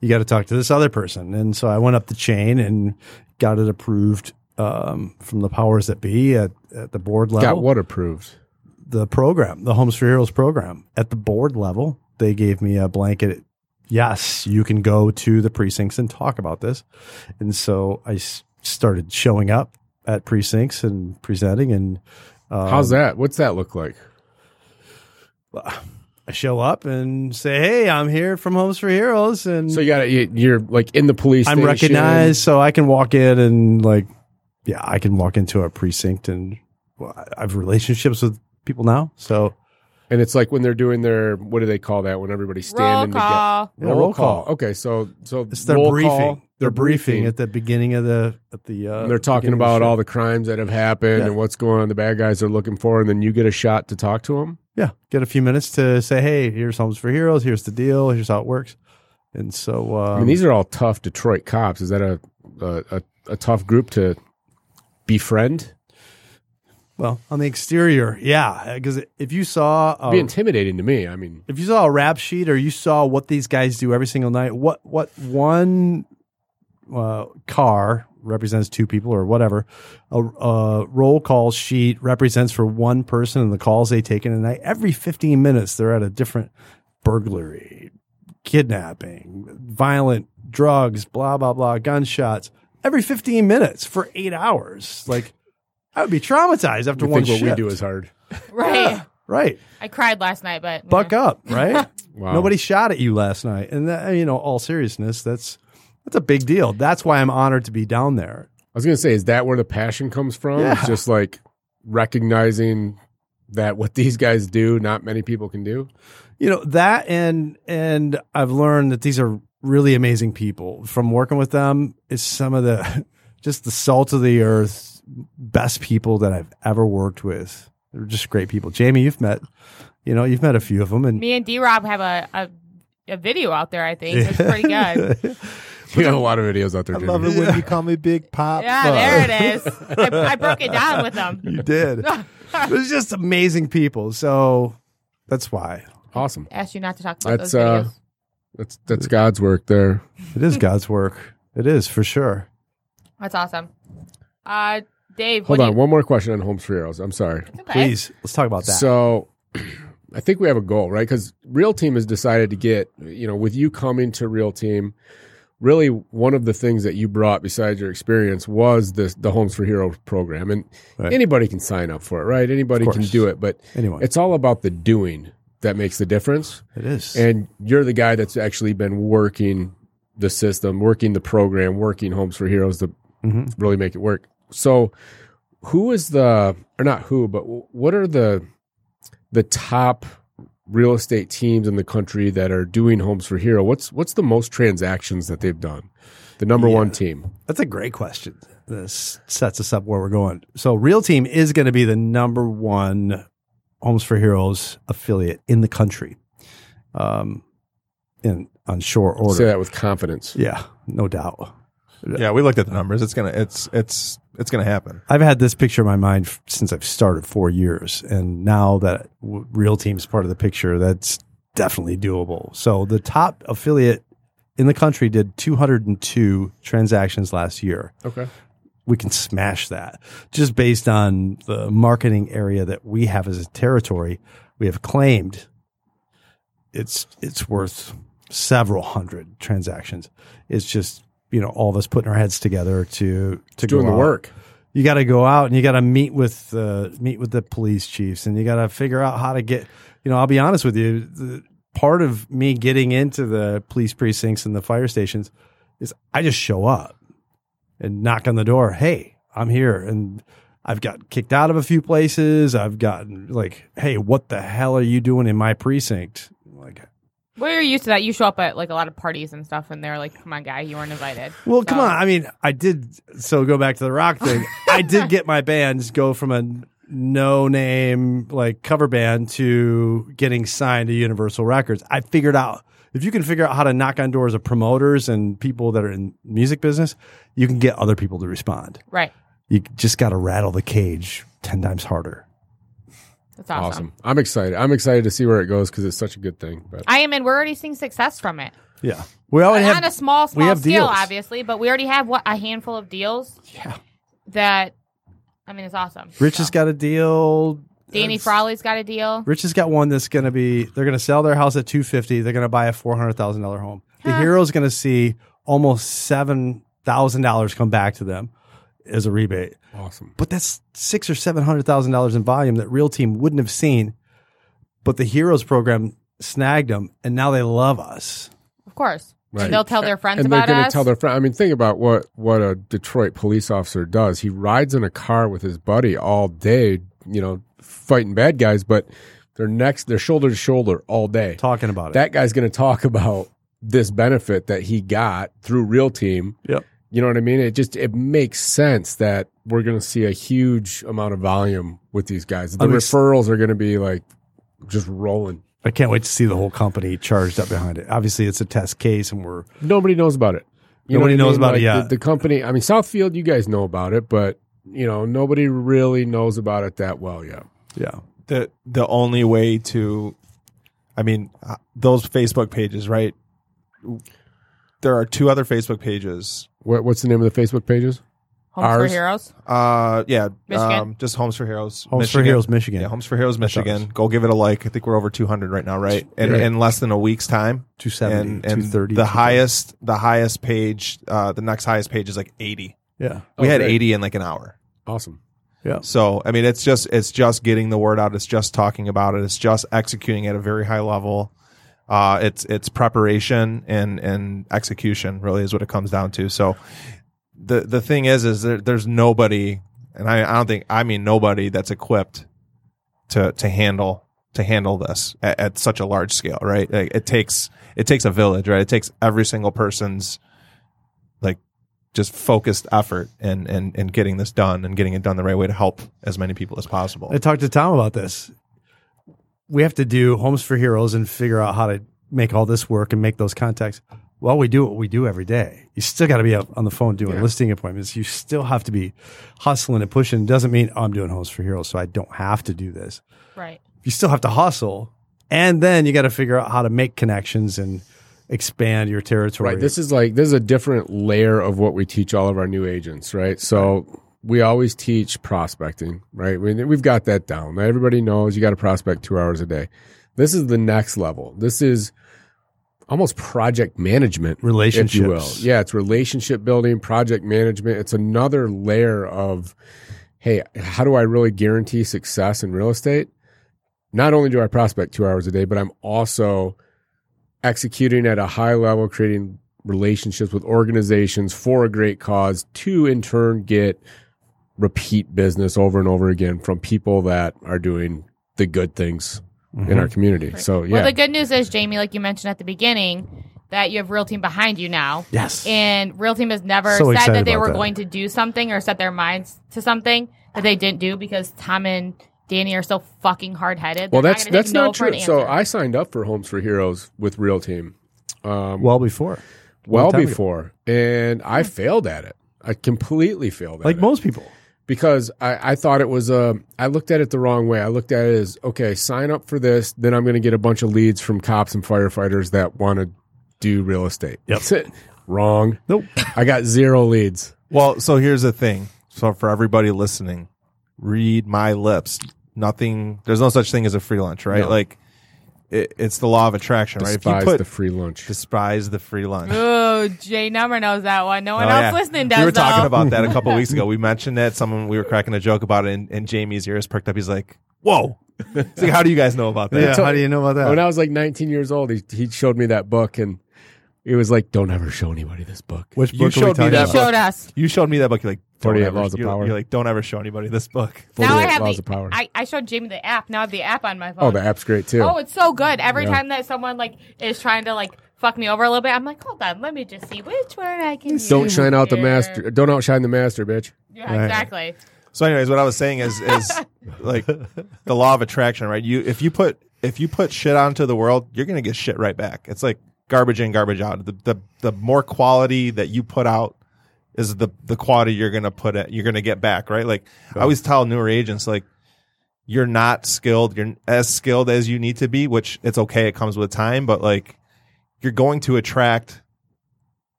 D: you gotta talk to this other person." And so I went up the chain and got it approved um, from the powers that be at, at the board
C: Got
D: level.
C: what approved?
D: The program, the Homes for Heroes program, at the board level, they gave me a blanket. Yes, you can go to the precincts and talk about this. And so I s- started showing up at precincts and presenting. And um,
C: How's that? What's that look like?
D: I show up and say, "Hey, I'm here from Homes for Heroes," and
C: So you got you, you're like in the police.
D: I'm
C: station.
D: recognized, so I can walk in and like, yeah, I can walk into a precinct, and well, I- I have relationships with people now. So
C: and it's like when they're doing their what do they call that when everybody's
B: roll
C: standing together?
B: call.
D: Yeah, roll call.
C: Okay, so so
D: it's their
C: roll
D: briefing.
C: call,
D: Their briefing at the beginning of the at the. Uh,
C: And they're talking
D: beginning of
C: about
D: the
C: all the crimes that have happened
D: Yeah.
C: and what's going on. The bad guys are looking for, and then you get a shot to talk to them.
D: show. Yeah, get a few minutes to say, "Hey, here's Homes for Heroes. Here's the deal. Here's how it works." And so, um,
C: I mean, these are all tough Detroit cops. Is that a a, a, a tough group to befriend?
D: well, on the exterior, yeah, because if you saw um, a
C: It'd be intimidating to me. I mean,
D: if you saw a rap sheet or you saw what these guys do every single night, what what one uh, car represents two people or whatever, a, a roll call sheet represents for one person and the calls they take in a night. Every fifteen minutes, they're at a different burglary, kidnapping, violent drugs, blah blah blah, gunshots. Every fifteen minutes for eight hours, like I would be traumatized after
C: you
D: one
C: think what we
D: shift.
C: do is hard.
B: Right.
D: right.
B: I cried last night, but
D: Buck up, right?
C: Wow.
D: Nobody shot at you last night, and that, you know, all seriousness, that's that's a big deal. That's why I'm honored to be down there.
C: I was gonna say, is that where the passion comes from?
D: Yeah.
C: It's just like recognizing that what these guys do, not many people can do.
D: You know that, and and I've learned that these are really amazing people. From working with them, is some of the just the salt of the earth, best people that I've ever worked with. They're just great people. Jamie, you've met, you know, you've met a few of them, and
B: me and D Rob have a, a a video out there. I think it's pretty good.
C: We got a lot of videos out there. Jimmy.
E: when you call me Big Pop.
B: Yeah, there it is. I, I broke it down with them.
D: you did. it was just amazing people. So that's why
C: Awesome.
B: Asked you not to talk about
C: That's,
B: those videos.
C: uh, That's that's God's work there.
D: it is God's work. It is for sure.
B: That's awesome. Uh, Dave,
C: Hold
B: what
C: on,
B: do
C: one more question on Homes for Heroes. I'm sorry.
B: you, okay.
D: Please, let's talk about that.
C: So I think we have a goal, right? Because Real Team has decided to get, you know, with you coming to Real Team, really one of the things that you brought besides your experience was this the Homes for Heroes program. And
D: Right.
C: anybody can sign up for it, right? Anybody
D: Of
C: can
D: course.
C: do it. But
D: anyway,
C: it's all about the doing that makes the difference.
D: it is.
C: And you're the guy that's actually been working the system, working the program, working Homes for Heroes to
D: Mhm.
B: Mm-hmm.
C: really make it work. So, who is the or not who, but what are the the top real estate teams in the country that are doing Homes for Hero? What's what's the most transactions that they've done? The number
D: Yeah.
C: one team.
D: That's a great question. This sets us up where we're going. So, Real Team is going to be the number one Homes for Heroes affiliate in the country, um, in on short order.
C: Say that with confidence.
D: Yeah, no doubt.
E: Yeah, we looked at the numbers. It's gonna it's it's it's gonna happen.
D: I've had this picture in my mind f- since I've started four years, and now that w- real team's part of the picture, that's definitely doable. So the top affiliate in the country did 202 transactions last year.
C: Okay.
D: We can smash that just based on the marketing area that we have as a territory. We have claimed it's it's worth several hundred transactions. It's just you know all of us putting our heads together to to
C: Doing
D: go
C: the
D: out
C: work.
D: you got to go out and you got to meet with uh, meet with the police chiefs and you got to figure out how to get you know i'll be honest with you the, part of me getting into the police precincts and the fire stations is i just show up and knock on the door hey i'm here and i've got kicked out of a few places i've gotten like hey what the hell are you doing in my precinct like
B: We're used to that. You show up at like a lot of parties and stuff, and they're like, "Come on, guy, you weren't invited."
D: Well,
B: So-
D: come on. I mean, I did. So go back to the rock thing. I did get my bands go from a no name like cover band to getting signed to Universal Records. I figured out if you can figure out how to knock on doors of promoters and people that are in music business, you can get other people to respond.
B: right?
D: You just got to rattle the cage ten times harder.
B: That's awesome.
C: Awesome. I'm excited. I'm excited to see where it goes because it's such a good thing. But
B: I am, and we're already seeing success from it.
D: Yeah, we already
B: But
D: have
B: on a small,
D: we
B: small
D: have
B: scale,
D: deals.
B: obviously, but we already have what a handful of deals. Yeah. That, I mean, it's awesome.
D: Rich
B: So,
D: has got a deal.
B: Danny
D: It's-
B: Frawley's got a deal.
D: Rich has got one that's going to be they're going to sell their house at 250, they're going to buy a $400,000 home. The hero's going to see almost $7,000 come back to them as a rebate.
C: awesome.
D: But that's 6 or $700,000 in volume that real team wouldn't have seen, but the heroes program snagged them and now they love us.
B: Of course.
C: Right.
B: And they'll tell their friends
C: and they're
B: about
C: going to
B: us.
C: tell their friend. I mean, think about what what a Detroit police officer does. He rides in a car with his buddy all day, you know, fighting bad guys, but they're next, they're shoulder to shoulder all day.
D: Talking about it.
C: That guy's going to talk about this benefit that he got through Real Team.
D: Yep.
C: You know what I mean? It just it makes sense that we're going to see a huge amount of volume with these guys. The
D: I'm ex-
C: referrals are going to be like just rolling.
D: I can't wait to see the whole company charged up behind it. Obviously, it's a test case and we're
C: Nobody knows about it.
D: Nobody
C: what I
D: knows about it
C: Like,
D: yet.
C: The, the company, I mean, Southfield, you guys know about it, but you know, nobody really knows about it that well yet.
D: yeah.
E: The the only way to, I mean, uh, those Facebook pages, right? There are two other Facebook pages.
C: What, what's the name of the Facebook pages?
B: Homes for
E: ours.
B: Heroes.
E: Uh, yeah,
B: Michigan.
E: um, just Homes for Heroes,
D: Homes for
E: Michigan.
D: Heroes Michigan.
E: Yeah, Homes for Heroes, Michigan. Go give it a like. I think we're over 200 right now, right? And
C: Right.
E: in less than a week's time.
D: 270,
E: and,
D: 230.
E: The highest, the highest page, uh, the next highest page is like 80.
D: Yeah.
E: We
C: Oh,
E: had
C: great.
E: 80 in like an hour.
C: Awesome.
E: So I mean, it's just it's just getting the word out. It's just talking about it. It's just executing at a very high level. Uh, it's it's preparation and and execution really is what it comes down to. So the the thing is is there, there's nobody, and I, I don't think I mean nobody that's equipped to to handle to handle this at, at such a large scale, right? Like, it takes it takes a village, right? It takes every single person's like just focused effort and and and getting this done and getting it done the right way to help as many people as possible.
D: I talked to Tom about this. We have to do Homes for Heroes and figure out how to make all this work and make those contacts. Well, we do what we do every day. You still got to be up on the phone doing listing appointments. You still have to be hustling and pushing. It doesn't mean oh, I'm doing Homes for Heroes, so I don't have to do this.
B: Right.
D: You still have to hustle, and then you got to figure out how to make connections and expand your territory.
C: Right. This is like this is a different layer of what we teach all of our new agents, right? So we always teach prospecting, right? We, we've got that down. Everybody knows you got to prospect two hours a day. This is the next level. This is almost project management, if you will.
D: Relationships.
C: Yeah, it's relationship building, project management. It's another layer of, hey, how do I really guarantee success in real estate? Not only do I prospect two hours a day, but I'm also executing at a high level, creating relationships with organizations for a great cause to in turn get repeat business over and over again from people that are doing the good things
D: Mm-hmm.
C: in our community. So yeah,
B: Well, the good news is, Jamie, like you mentioned at the beginning, that you have Real Team behind you now.
D: yes.
B: And Real Team has never
D: So
B: said
D: excited
B: that they
D: about
B: were
D: that.
B: going to do something or set their minds to something that they didn't do because Tom and Danny are so fucking hard headed.
C: well that's that's not
B: no for an
C: true. So
B: answer.
C: I signed up for Homes for Heroes with Real Team. Um,
D: well before.
C: well
D: time ago.
C: before, and
B: Hmm.
C: I failed at it. I completely failed at
D: like
C: it.
D: most people.
C: because I, I thought it was a. I looked at it the wrong way. I looked at it as okay, sign up for this, then I'm going to get a bunch of leads from cops and firefighters that want to do real estate. That's it. Wrong.
D: Nope.
C: I got zero leads.
E: Well, so here's the thing. So for everybody listening, read my lips. Nothing. There's no such thing as a free lunch, right?
C: No.
E: Like it, it's the law of attraction, right?
C: Despise
E: If you put
C: the free lunch.
E: despise the free lunch.
B: Oh, Jay Number knows that one. No one
E: Oh,
B: else
E: yeah.
B: listening does.
E: We were talking
B: though.
E: about that a couple weeks ago. We mentioned that someone we were cracking a joke about it, and, and Jamie's ears perked up. He's like, "Whoa!" It's like, how do you guys know about that?
D: Yeah, how do you know about that?
C: When I was like 19 years old, he, he showed me that book, and it was like, "Don't ever show anybody this book."
D: Which
E: You
D: book are we
E: showed me
D: talking
E: that
D: about?
E: book.
B: showed us.
E: You showed me that book. You're like, don't
C: 48
E: ever-
C: Laws of
E: you're,
C: Power.
E: You're like, don't ever show anybody this book.
B: Now I
C: 48
B: have
C: laws
B: the
C: of power.
B: I, I showed Jamie the app. Now I have the app on my phone.
C: oh, the app's great too.
B: Oh, it's so good. Every
C: Yeah.
B: time that someone like is trying to like fuck me over a little bit, I'm like, hold on, let me just see which one I can.
C: don't
B: use
C: shine out the
B: here."
C: master. Don't outshine the master, bitch.
B: Yeah, exactly.
E: So, anyways, what I was saying is, is like the law of attraction, right? You if you put if you put shit onto the world, you're gonna get shit right back. It's like garbage in, garbage out. The the, the more quality that you put out is the the quality you're gonna put it. You're gonna get back, right? Like I always tell newer agents, like you're not skilled. You're as skilled as you need to be, which it's okay. It comes with time, but like you're going to attract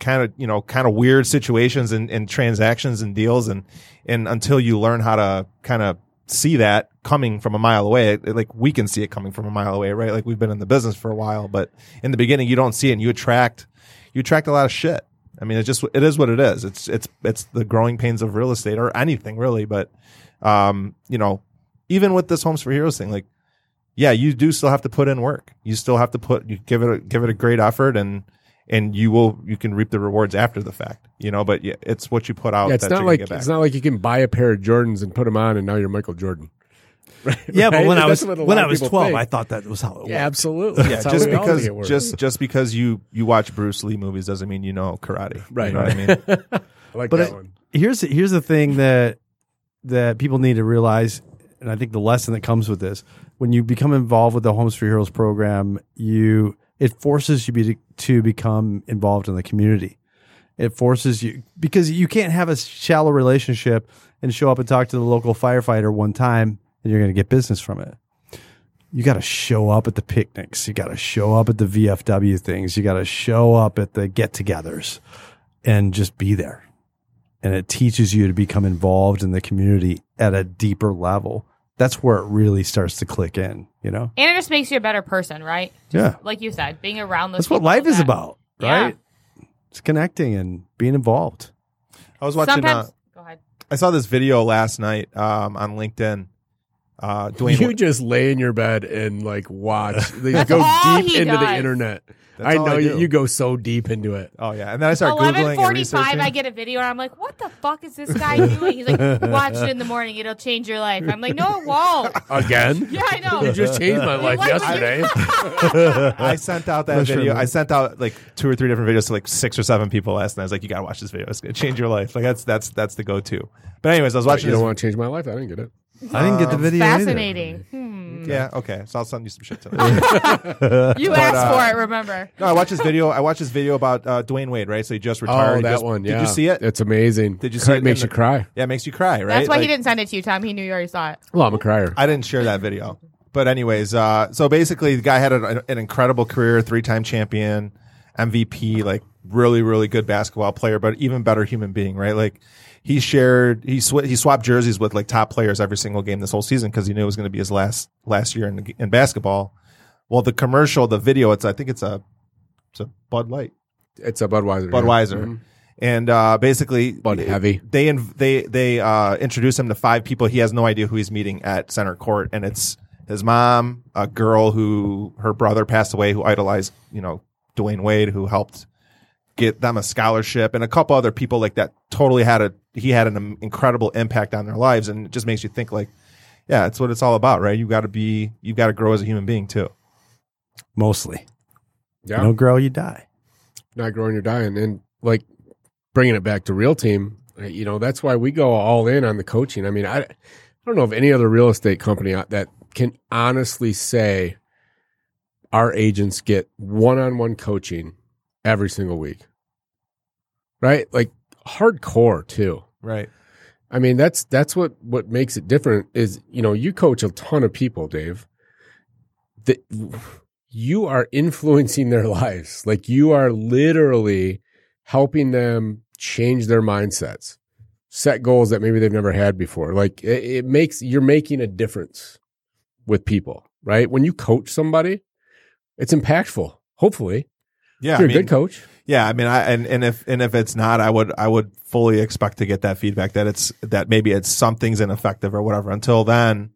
E: kind of you know kind of weird situations and, and transactions and deals and and until you learn how to kind of see that coming from a mile away it- like we can see it coming from a mile away right like we've been in the business for a while but in the beginning you don't see it and you attract you attract a lot of shit i mean it's just it is what it is it's it's it's the growing pains of real estate or anything really but um you know even with this homes for heroes thing like yeah, you do still have to put in work. You still have to put you give it a, give it a great effort and and you will you can reap the rewards after the fact. You know, but yeah, it's what you put out.
C: Yeah, it's
E: that
C: not
E: you're
C: like
E: gonna get back.
C: it's not like you can buy a pair of Jordans and put them on, and now you're Michael Jordan.
D: Yeah, but
C: Right?
D: when I
C: That's
D: was
C: what a
D: when
C: lot
D: I
C: of
D: was
C: people
D: twelve,
C: think.
D: I thought that was how it was.
C: Yeah, absolutely.
E: yeah,
C: That's how
E: just
C: we all
E: because
C: get worse.
E: just just because you you watch Bruce Lee movies doesn't mean you know karate.
C: Right.
E: You know what I mean?
C: I like
D: but
C: that
D: I-
C: one.
D: here's here's the thing that that people need to realize, and I think the lesson that comes with this: when you become involved with the Homes for Heroes program, you it forces you be, to become involved in the community. It forces you because you can't have a shallow relationship and show up and talk to the local firefighter one time and you're going to get business from it. You got to show up at the picnics. You got to show up at the VFW things. You got to show up at the get-togethers and just be there and it teaches you to become involved in the community at a deeper level. That's where it really starts to click in, you know?
B: And it just makes you a better person, right?
D: Yeah.
B: Like you said, being around those.
D: That's what
B: people
D: life is
B: that-
D: about,
B: Yeah.
D: right? It's connecting and being involved.
E: I was watching. Uh,
B: Sometimes. Go ahead.
E: I saw this video last night um, on LinkedIn. Uh, Dwayne,
C: You just lay in your bed and like watch. They go
B: all
C: deep
B: he
C: into the
B: does.
C: internet.
E: That's
C: I
E: all
C: know
E: I
C: you,
E: do.
C: you go so deep into it.
E: oh yeah, and then I started googling and
B: Eleven
E: researching.
B: forty-five. I get a video, and I'm like, "What the fuck is this guy doing?" He's like, "Watch it in the morning; it'll change your life." I'm like, "No, it won't."
C: Again?
B: Yeah, I know.
C: You just changed my
B: like
C: life
B: when you-
C: yesterday.
E: I sent out that
D: That's
E: video.
D: true.
E: I sent out like two or three different videos to like six or seven people last night. I was like, you gotta watch this video. It's gonna change your life. Like that's that's that's the go to. But anyways, I was watching.
C: you don't
E: this-
C: want to change my life? I didn't get it.
D: I didn't get the video. either.
B: Fascinating. Hmm.
E: yeah. Okay. So I'll send you some shit tonight.
B: You asked
E: uh,
B: for it. Remember?
E: no, I watched this video. I watched this video about uh, Dwayne Wade. Right. So he just retired.
C: Oh,
E: He
C: that
E: just-
C: one. Yeah.
E: Did you see it?
C: It's amazing.
E: Did you see
C: It
E: it
C: makes
E: in
C: you
E: the-
C: cry.
E: yeah, it makes you cry. Right.
B: That's why he
E: Like-
B: didn't send it to you, Tom. He knew you already saw it.
C: Well, I'm a crier.
E: I didn't share that video, but anyways, uh, so basically, the guy had an, an incredible career, three-time champion, MVP, like really, really good basketball player, but even better human being, right? Like he shared, he sw- he swapped jerseys with like top players every single game this whole season because he knew it was going to be his last last year in the, g- in basketball. Well, the commercial, the video, it's I think it's a it's a Bud Light,
C: It's a Budweiser. yeah.
E: Budweiser.
C: Mhm.
E: And uh, basically,
C: Bud Heavy.
E: they inv- they they uh, introduce him to five people. He has no idea who he's meeting at center court, and it's his mom, a girl who her brother passed away, who idolized you know Dwayne Wade, who helped get them a scholarship, and a couple other people like that. Totally had a he had an incredible impact on their lives, and it just makes you think like, yeah, it's what it's all about, right? You got to be, you got to grow as a human being too.
D: Mostly.
C: Yeah.
D: You don't grow, you die.
C: not growing you're dying and like bringing it back to real team you know that's why we go all in on the coaching i mean i, I don't know of any other real estate company out- that can honestly say our agents get one-on-one coaching every single week right? Like hardcore too.
E: Right.
C: I mean, that's that's what what makes it different is you know you coach a ton of people, Dave. That you are influencing their lives, like you are literally helping them change their mindsets, set goals that maybe they've never had before. Like it, it makes you're making a difference with people, right? When you coach somebody, it's impactful. Hopefully,
E: Yeah.
C: if you're
E: I
C: a
E: mean,
C: good coach.
E: Yeah, I mean, I and, and if and if it's not, I would I would fully expect to get that feedback that it's that maybe it's something's ineffective or whatever. Until then,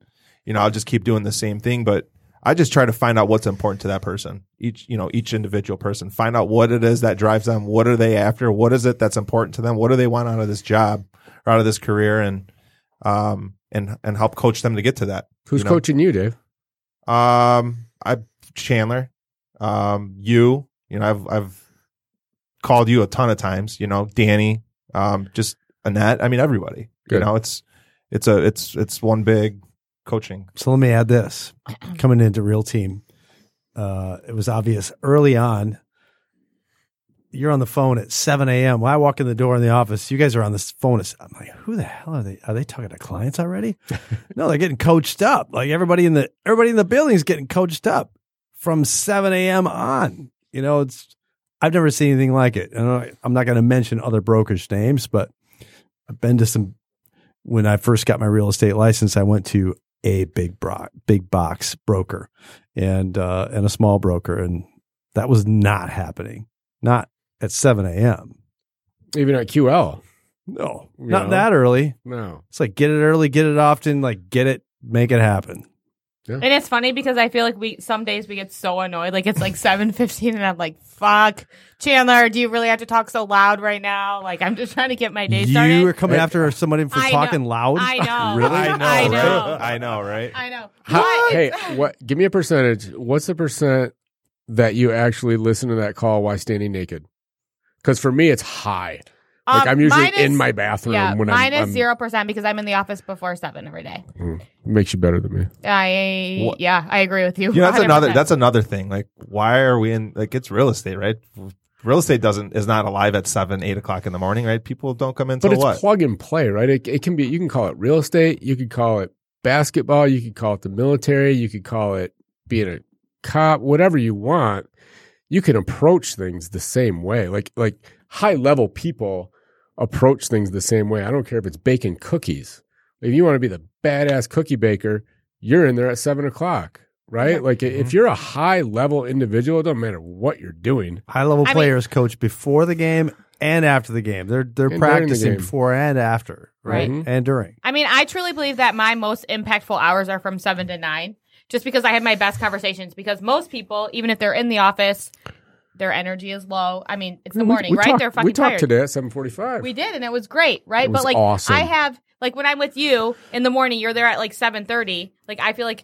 E: you know, I'll just keep doing the same thing. But I just try to find out what's important to that person, each you know, each individual person. Find out what it is that drives them. What are they after? What is it that's important to them? What do they want out of this job or out of this career? And um and and help coach them to get to that.
C: Who's
E: you know?
C: coaching you, Dave?
E: Um, I Chandler, um, you, you know, I've I've called you a ton of times. You know, Danny, um, just Annette. I mean, everybody.
C: Good.
E: You know, it's it's a it's it's one big coaching.
D: So let me add this coming into real team. Uh, it was obvious early on. You're on the phone at 7 a.m. When I walk in the door in the office, you guys are on this phone. At, s- I'm like, who the hell are they? Are they talking to clients already? no, they're getting coached up. Like everybody in the everybody in the building is getting coached up from 7 a.m. on. You know, it's I've never seen anything like it. And I- I'm not going to mention other brokerage names, but I've been to some. When I first got my real estate license, I went to a big bro- big box broker and uh, and a small broker, and that was not happening. Not at seven a.m.
C: Even at QL.
D: No,
C: You
D: not
C: know?
D: that early.
C: No.
D: It's like get it early, get it often, like get it, make it happen.
B: And it's funny because I feel like we some days we get so annoyed. Like it's like seven fifteen, and I'm like, "Fuck, Chandler, do you really have to talk so loud right now?" Like I'm just trying to get my day started.
D: You were coming after somebody for
B: I know.
D: talking loud.
B: I know.
D: really?
B: I know, I know.
E: right? I know, right?
B: I know.
C: How,
B: What?
C: hey, what? Give me a percentage. What's the percent that you actually listen to that call while standing naked? Because for me, it's high. Like
B: Um,
C: I'm usually
B: mine is-
C: in my bathroom
B: Yeah,
C: when
B: mine
C: I'm.
B: is zero percent because I'm in the office before seven every day.
C: I'm makes you better than me.
B: I
E: What-
B: yeah, I agree with you.
E: You know, that's another
B: 100%.
E: that's another thing. Like, why are we in? Like, it's real estate, right? Real estate doesn't is not alive at seven, eight o'clock in the morning, right? People don't come in
C: But
E: till
C: it's
E: what?
C: plug and play, right? It, it can be. You can call it real estate. You could call it basketball. You could call it the military. You could call it being a cop. Whatever you want, you can approach things the same way. Like like high level people approach things the same way. I don't care if it's baking cookies. If you want to be the badass cookie baker, you're in there at seven o'clock, right? Like if you're a high level individual, it doesn't matter what you're doing.
D: High level
B: I mean-
D: players coach before the game and after the game. They're they're
C: And during the
D: practicing
C: game. Mm-hmm.
D: before and after, right?
C: Right.
D: And during.
B: I mean, I truly believe that my most impactful hours are from seven to nine, just because I have my best conversations. Because most people, even if they're in the office, their energy is low. I mean, it's the
C: We-
B: morning,
C: we
B: right?
C: talked-
B: they're fucking
C: We talked
B: tired.
C: today at seven forty five.
B: We did, and it was great, right?
C: It was
B: but like,
C: awesome.
B: I have like when I'm with you in the morning, you're there at like seven thirty. Like, I feel like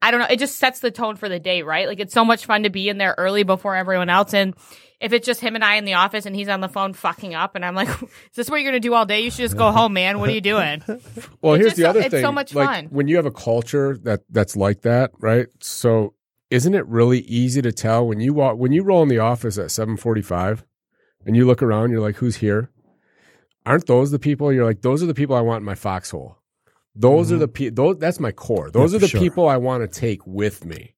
B: I don't know. It just sets the tone for the day, right? Like, it's so much fun to be in there early before everyone else. And if it's just him and I in the office, and he's on the phone fucking up, and I'm like, "Is this what you're gonna do all day? You should just go home, man. What are you doing?"
C: Well,
B: It's
C: here's
B: just
C: the
B: so-
C: other
B: it's
C: thing.
B: so much
C: like,
B: fun.
C: When you have a culture that that's like that, right? So isn't it really easy to tell when you walk when you roll in the office at 7:45 and you look around, you're like, "Who's here?" Aren't those the people? You're like, "Those are the people I want in my foxhole." Those are the people. Those that's my core. Those
D: Yeah,
C: are
D: for
C: the
D: sure.
C: people I want to take with me.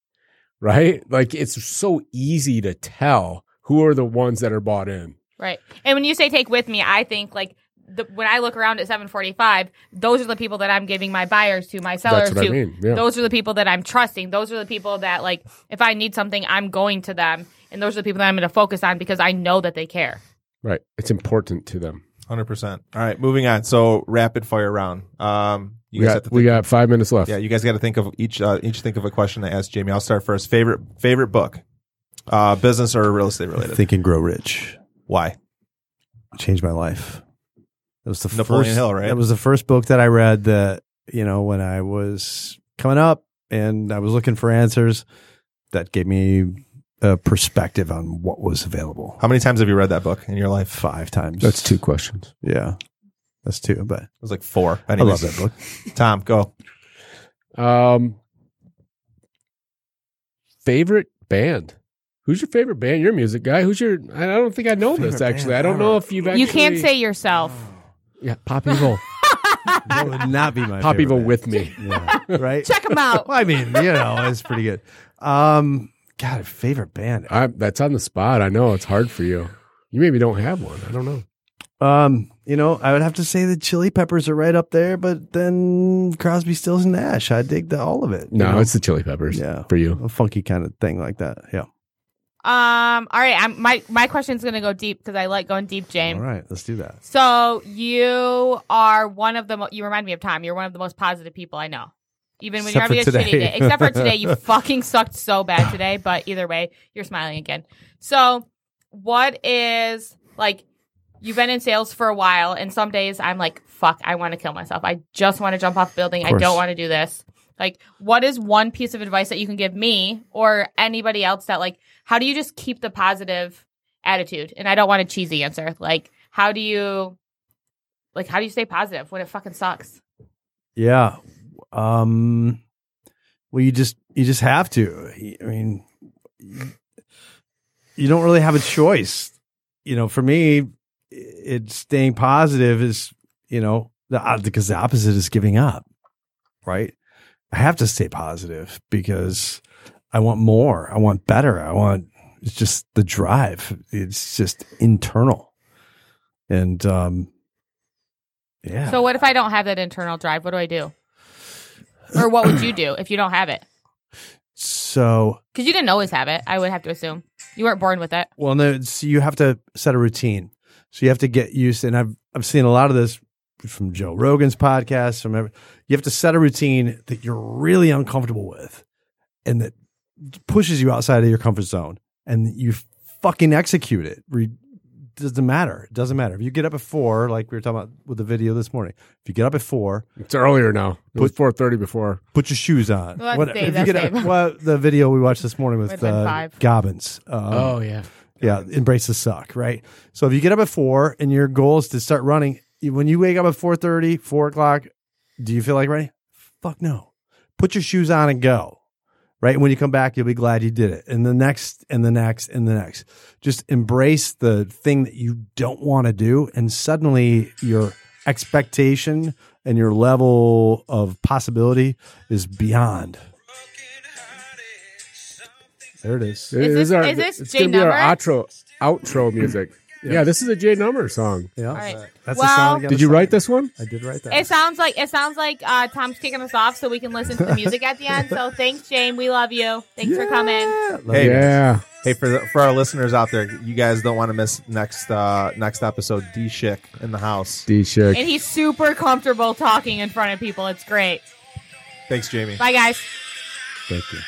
C: Right? Like it's so easy to tell who are the ones that are bought in.
B: Right. And when you say take with me, I think like the, when I look around at 745, those are the people that I'm giving my buyers to, my sellers
C: That's what
B: to.
C: I mean. Yeah.
B: Those are the people that I'm trusting. Those are the people that like if I need something, I'm going to them. And those are the people that I'm going to focus on because I know that they care.
C: right. It's important to them.
E: Hundred percent. All right, moving on. So rapid fire round. Um, you
C: We
E: guys
C: got,
E: have to
C: we
E: think-
C: got five minutes left.
E: Yeah, you guys got to think of each uh, each think of a question to ask Jamie. I'll start first. Favorite favorite book, uh, business or real estate related.
D: Think and grow rich.
E: Why?
D: changed my life. That was the
E: Napoleon
D: first,
E: Hill, right?
D: That was the first book that I read that you know when I was coming up and I was looking for answers. That gave me a perspective on what was available.
E: How many times have you read that book in your life?
D: Five times.
C: That's two questions.
D: Yeah, that's two. But
E: It was like four.
D: I love that book.
E: book. Tom, go.
C: Um, favorite band? Who's your favorite band? Your music guy. Who's your? I I don't think I know this
E: Favorite
C: actually.
E: band?
C: I don't know if you've actually.
B: You can't say yourself.
C: yeah, Pop Evil.
D: That would not be my
C: Pop
D: favorite
C: Evil
D: band.
C: with me.
D: Yeah, right?
B: Check them out.
D: Well, I mean, you know, it's pretty good. Um, God, favorite band.
C: I, that's on the spot. I know it's hard for you. You maybe don't have one. I don't know.
D: Um, you know, I would have to say the Chili Peppers are right up there, but then Crosby, Stills, and Nash. I dig the, all of it. you
C: No,
D: know?
C: it's the Chili Peppers.
D: Yeah.
C: for you.
D: a funky kind of thing like that. Yeah.
B: Um. All right. I'm, my my question's gonna go deep because I like going deep, James.
D: All right, let's do that.
B: So you are one of the. Mo- you remind me of Tom. You're one of the most positive people I know. Even when
E: Except
B: you're
E: for
B: having a shitty
E: today.
B: day, except for today, you fucking sucked so bad today. But either way, you're smiling again. So what is like? You've been in sales for a while, and some days I'm like, "Fuck, I want to kill myself. I just want to jump off a building. I
D: course.
B: don't want to do this." Like, what is one piece of advice that you can give me or anybody else that like? How do you just keep the positive attitude and i don't want a cheesy answer like how do you like how do you stay positive when it fucking sucks
D: Yeah. Um well you just you just have to. I mean you don't really have a choice. You know, for me it's staying positive is, you know, the uh, because the opposite is giving up. Right? I have to stay positive because I want more. I want better. I want it's just the drive. It's just internal. And um yeah.
B: so what if i don't have that internal drive what do i do or what would you do if you don't have it
D: so
B: because you didn't always have it i would have to assume you weren't born with it
D: Well, no, so you have to set a routine. So you have to get used, and I've I've seen a lot of this from Joe Rogan's podcast. From every, you have to set a routine that you're really uncomfortable with, and that pushes you outside of your comfort zone, and you fucking execute it. Re- doesn't matter. It doesn't matter if you get up at four, like we were talking about with the video this morning. If you get up at four,
C: It's earlier now. It was four thirty before.
D: put your shoes on.
B: Well, that's
D: Whatever.
B: Dave,
D: if you
B: that's
D: get up,
B: Dave.
D: well, the video we watched this morning
B: Would've
D: with
B: been
D: uh,
B: five.
D: Gobbins. Um,
B: Oh,
C: yeah,
D: yeah, embrace the suck, right? So if you get up at four and your goal is to start running, when you wake up at 4.30, 4 o'clock, do you feel like running? Fuck no. Put your shoes on and go, right? And when you come back, you'll be glad you did it. And the next, and the next, and the next. Just embrace the thing that you don't want to do. And suddenly your expectation and your level of possibility is beyond. There it is.
B: Is this-
C: our,
B: is this
C: it's
B: Jay
C: gonna be our
B: Number?
C: outro outro music. yeah. this is a Jay Number song.
D: Yeah.
B: right.
D: That's
B: Well-
D: the sound I gotta
C: Did you
D: say.
C: write this one?
D: I did write that.
B: it sounds like it sounds like uh, tom's kicking us off so we can listen to the music at the end so thanks jane we love you thanks for coming
E: Hey.
C: Yeah,
E: Hey, for the, for our listeners out there, you guys don't want to miss next uh next episode. D Schick in the house.
C: D Chick.
B: and he's super comfortable talking in front of people it's great
E: Thanks, Jamie.
B: bye guys
D: Thank you.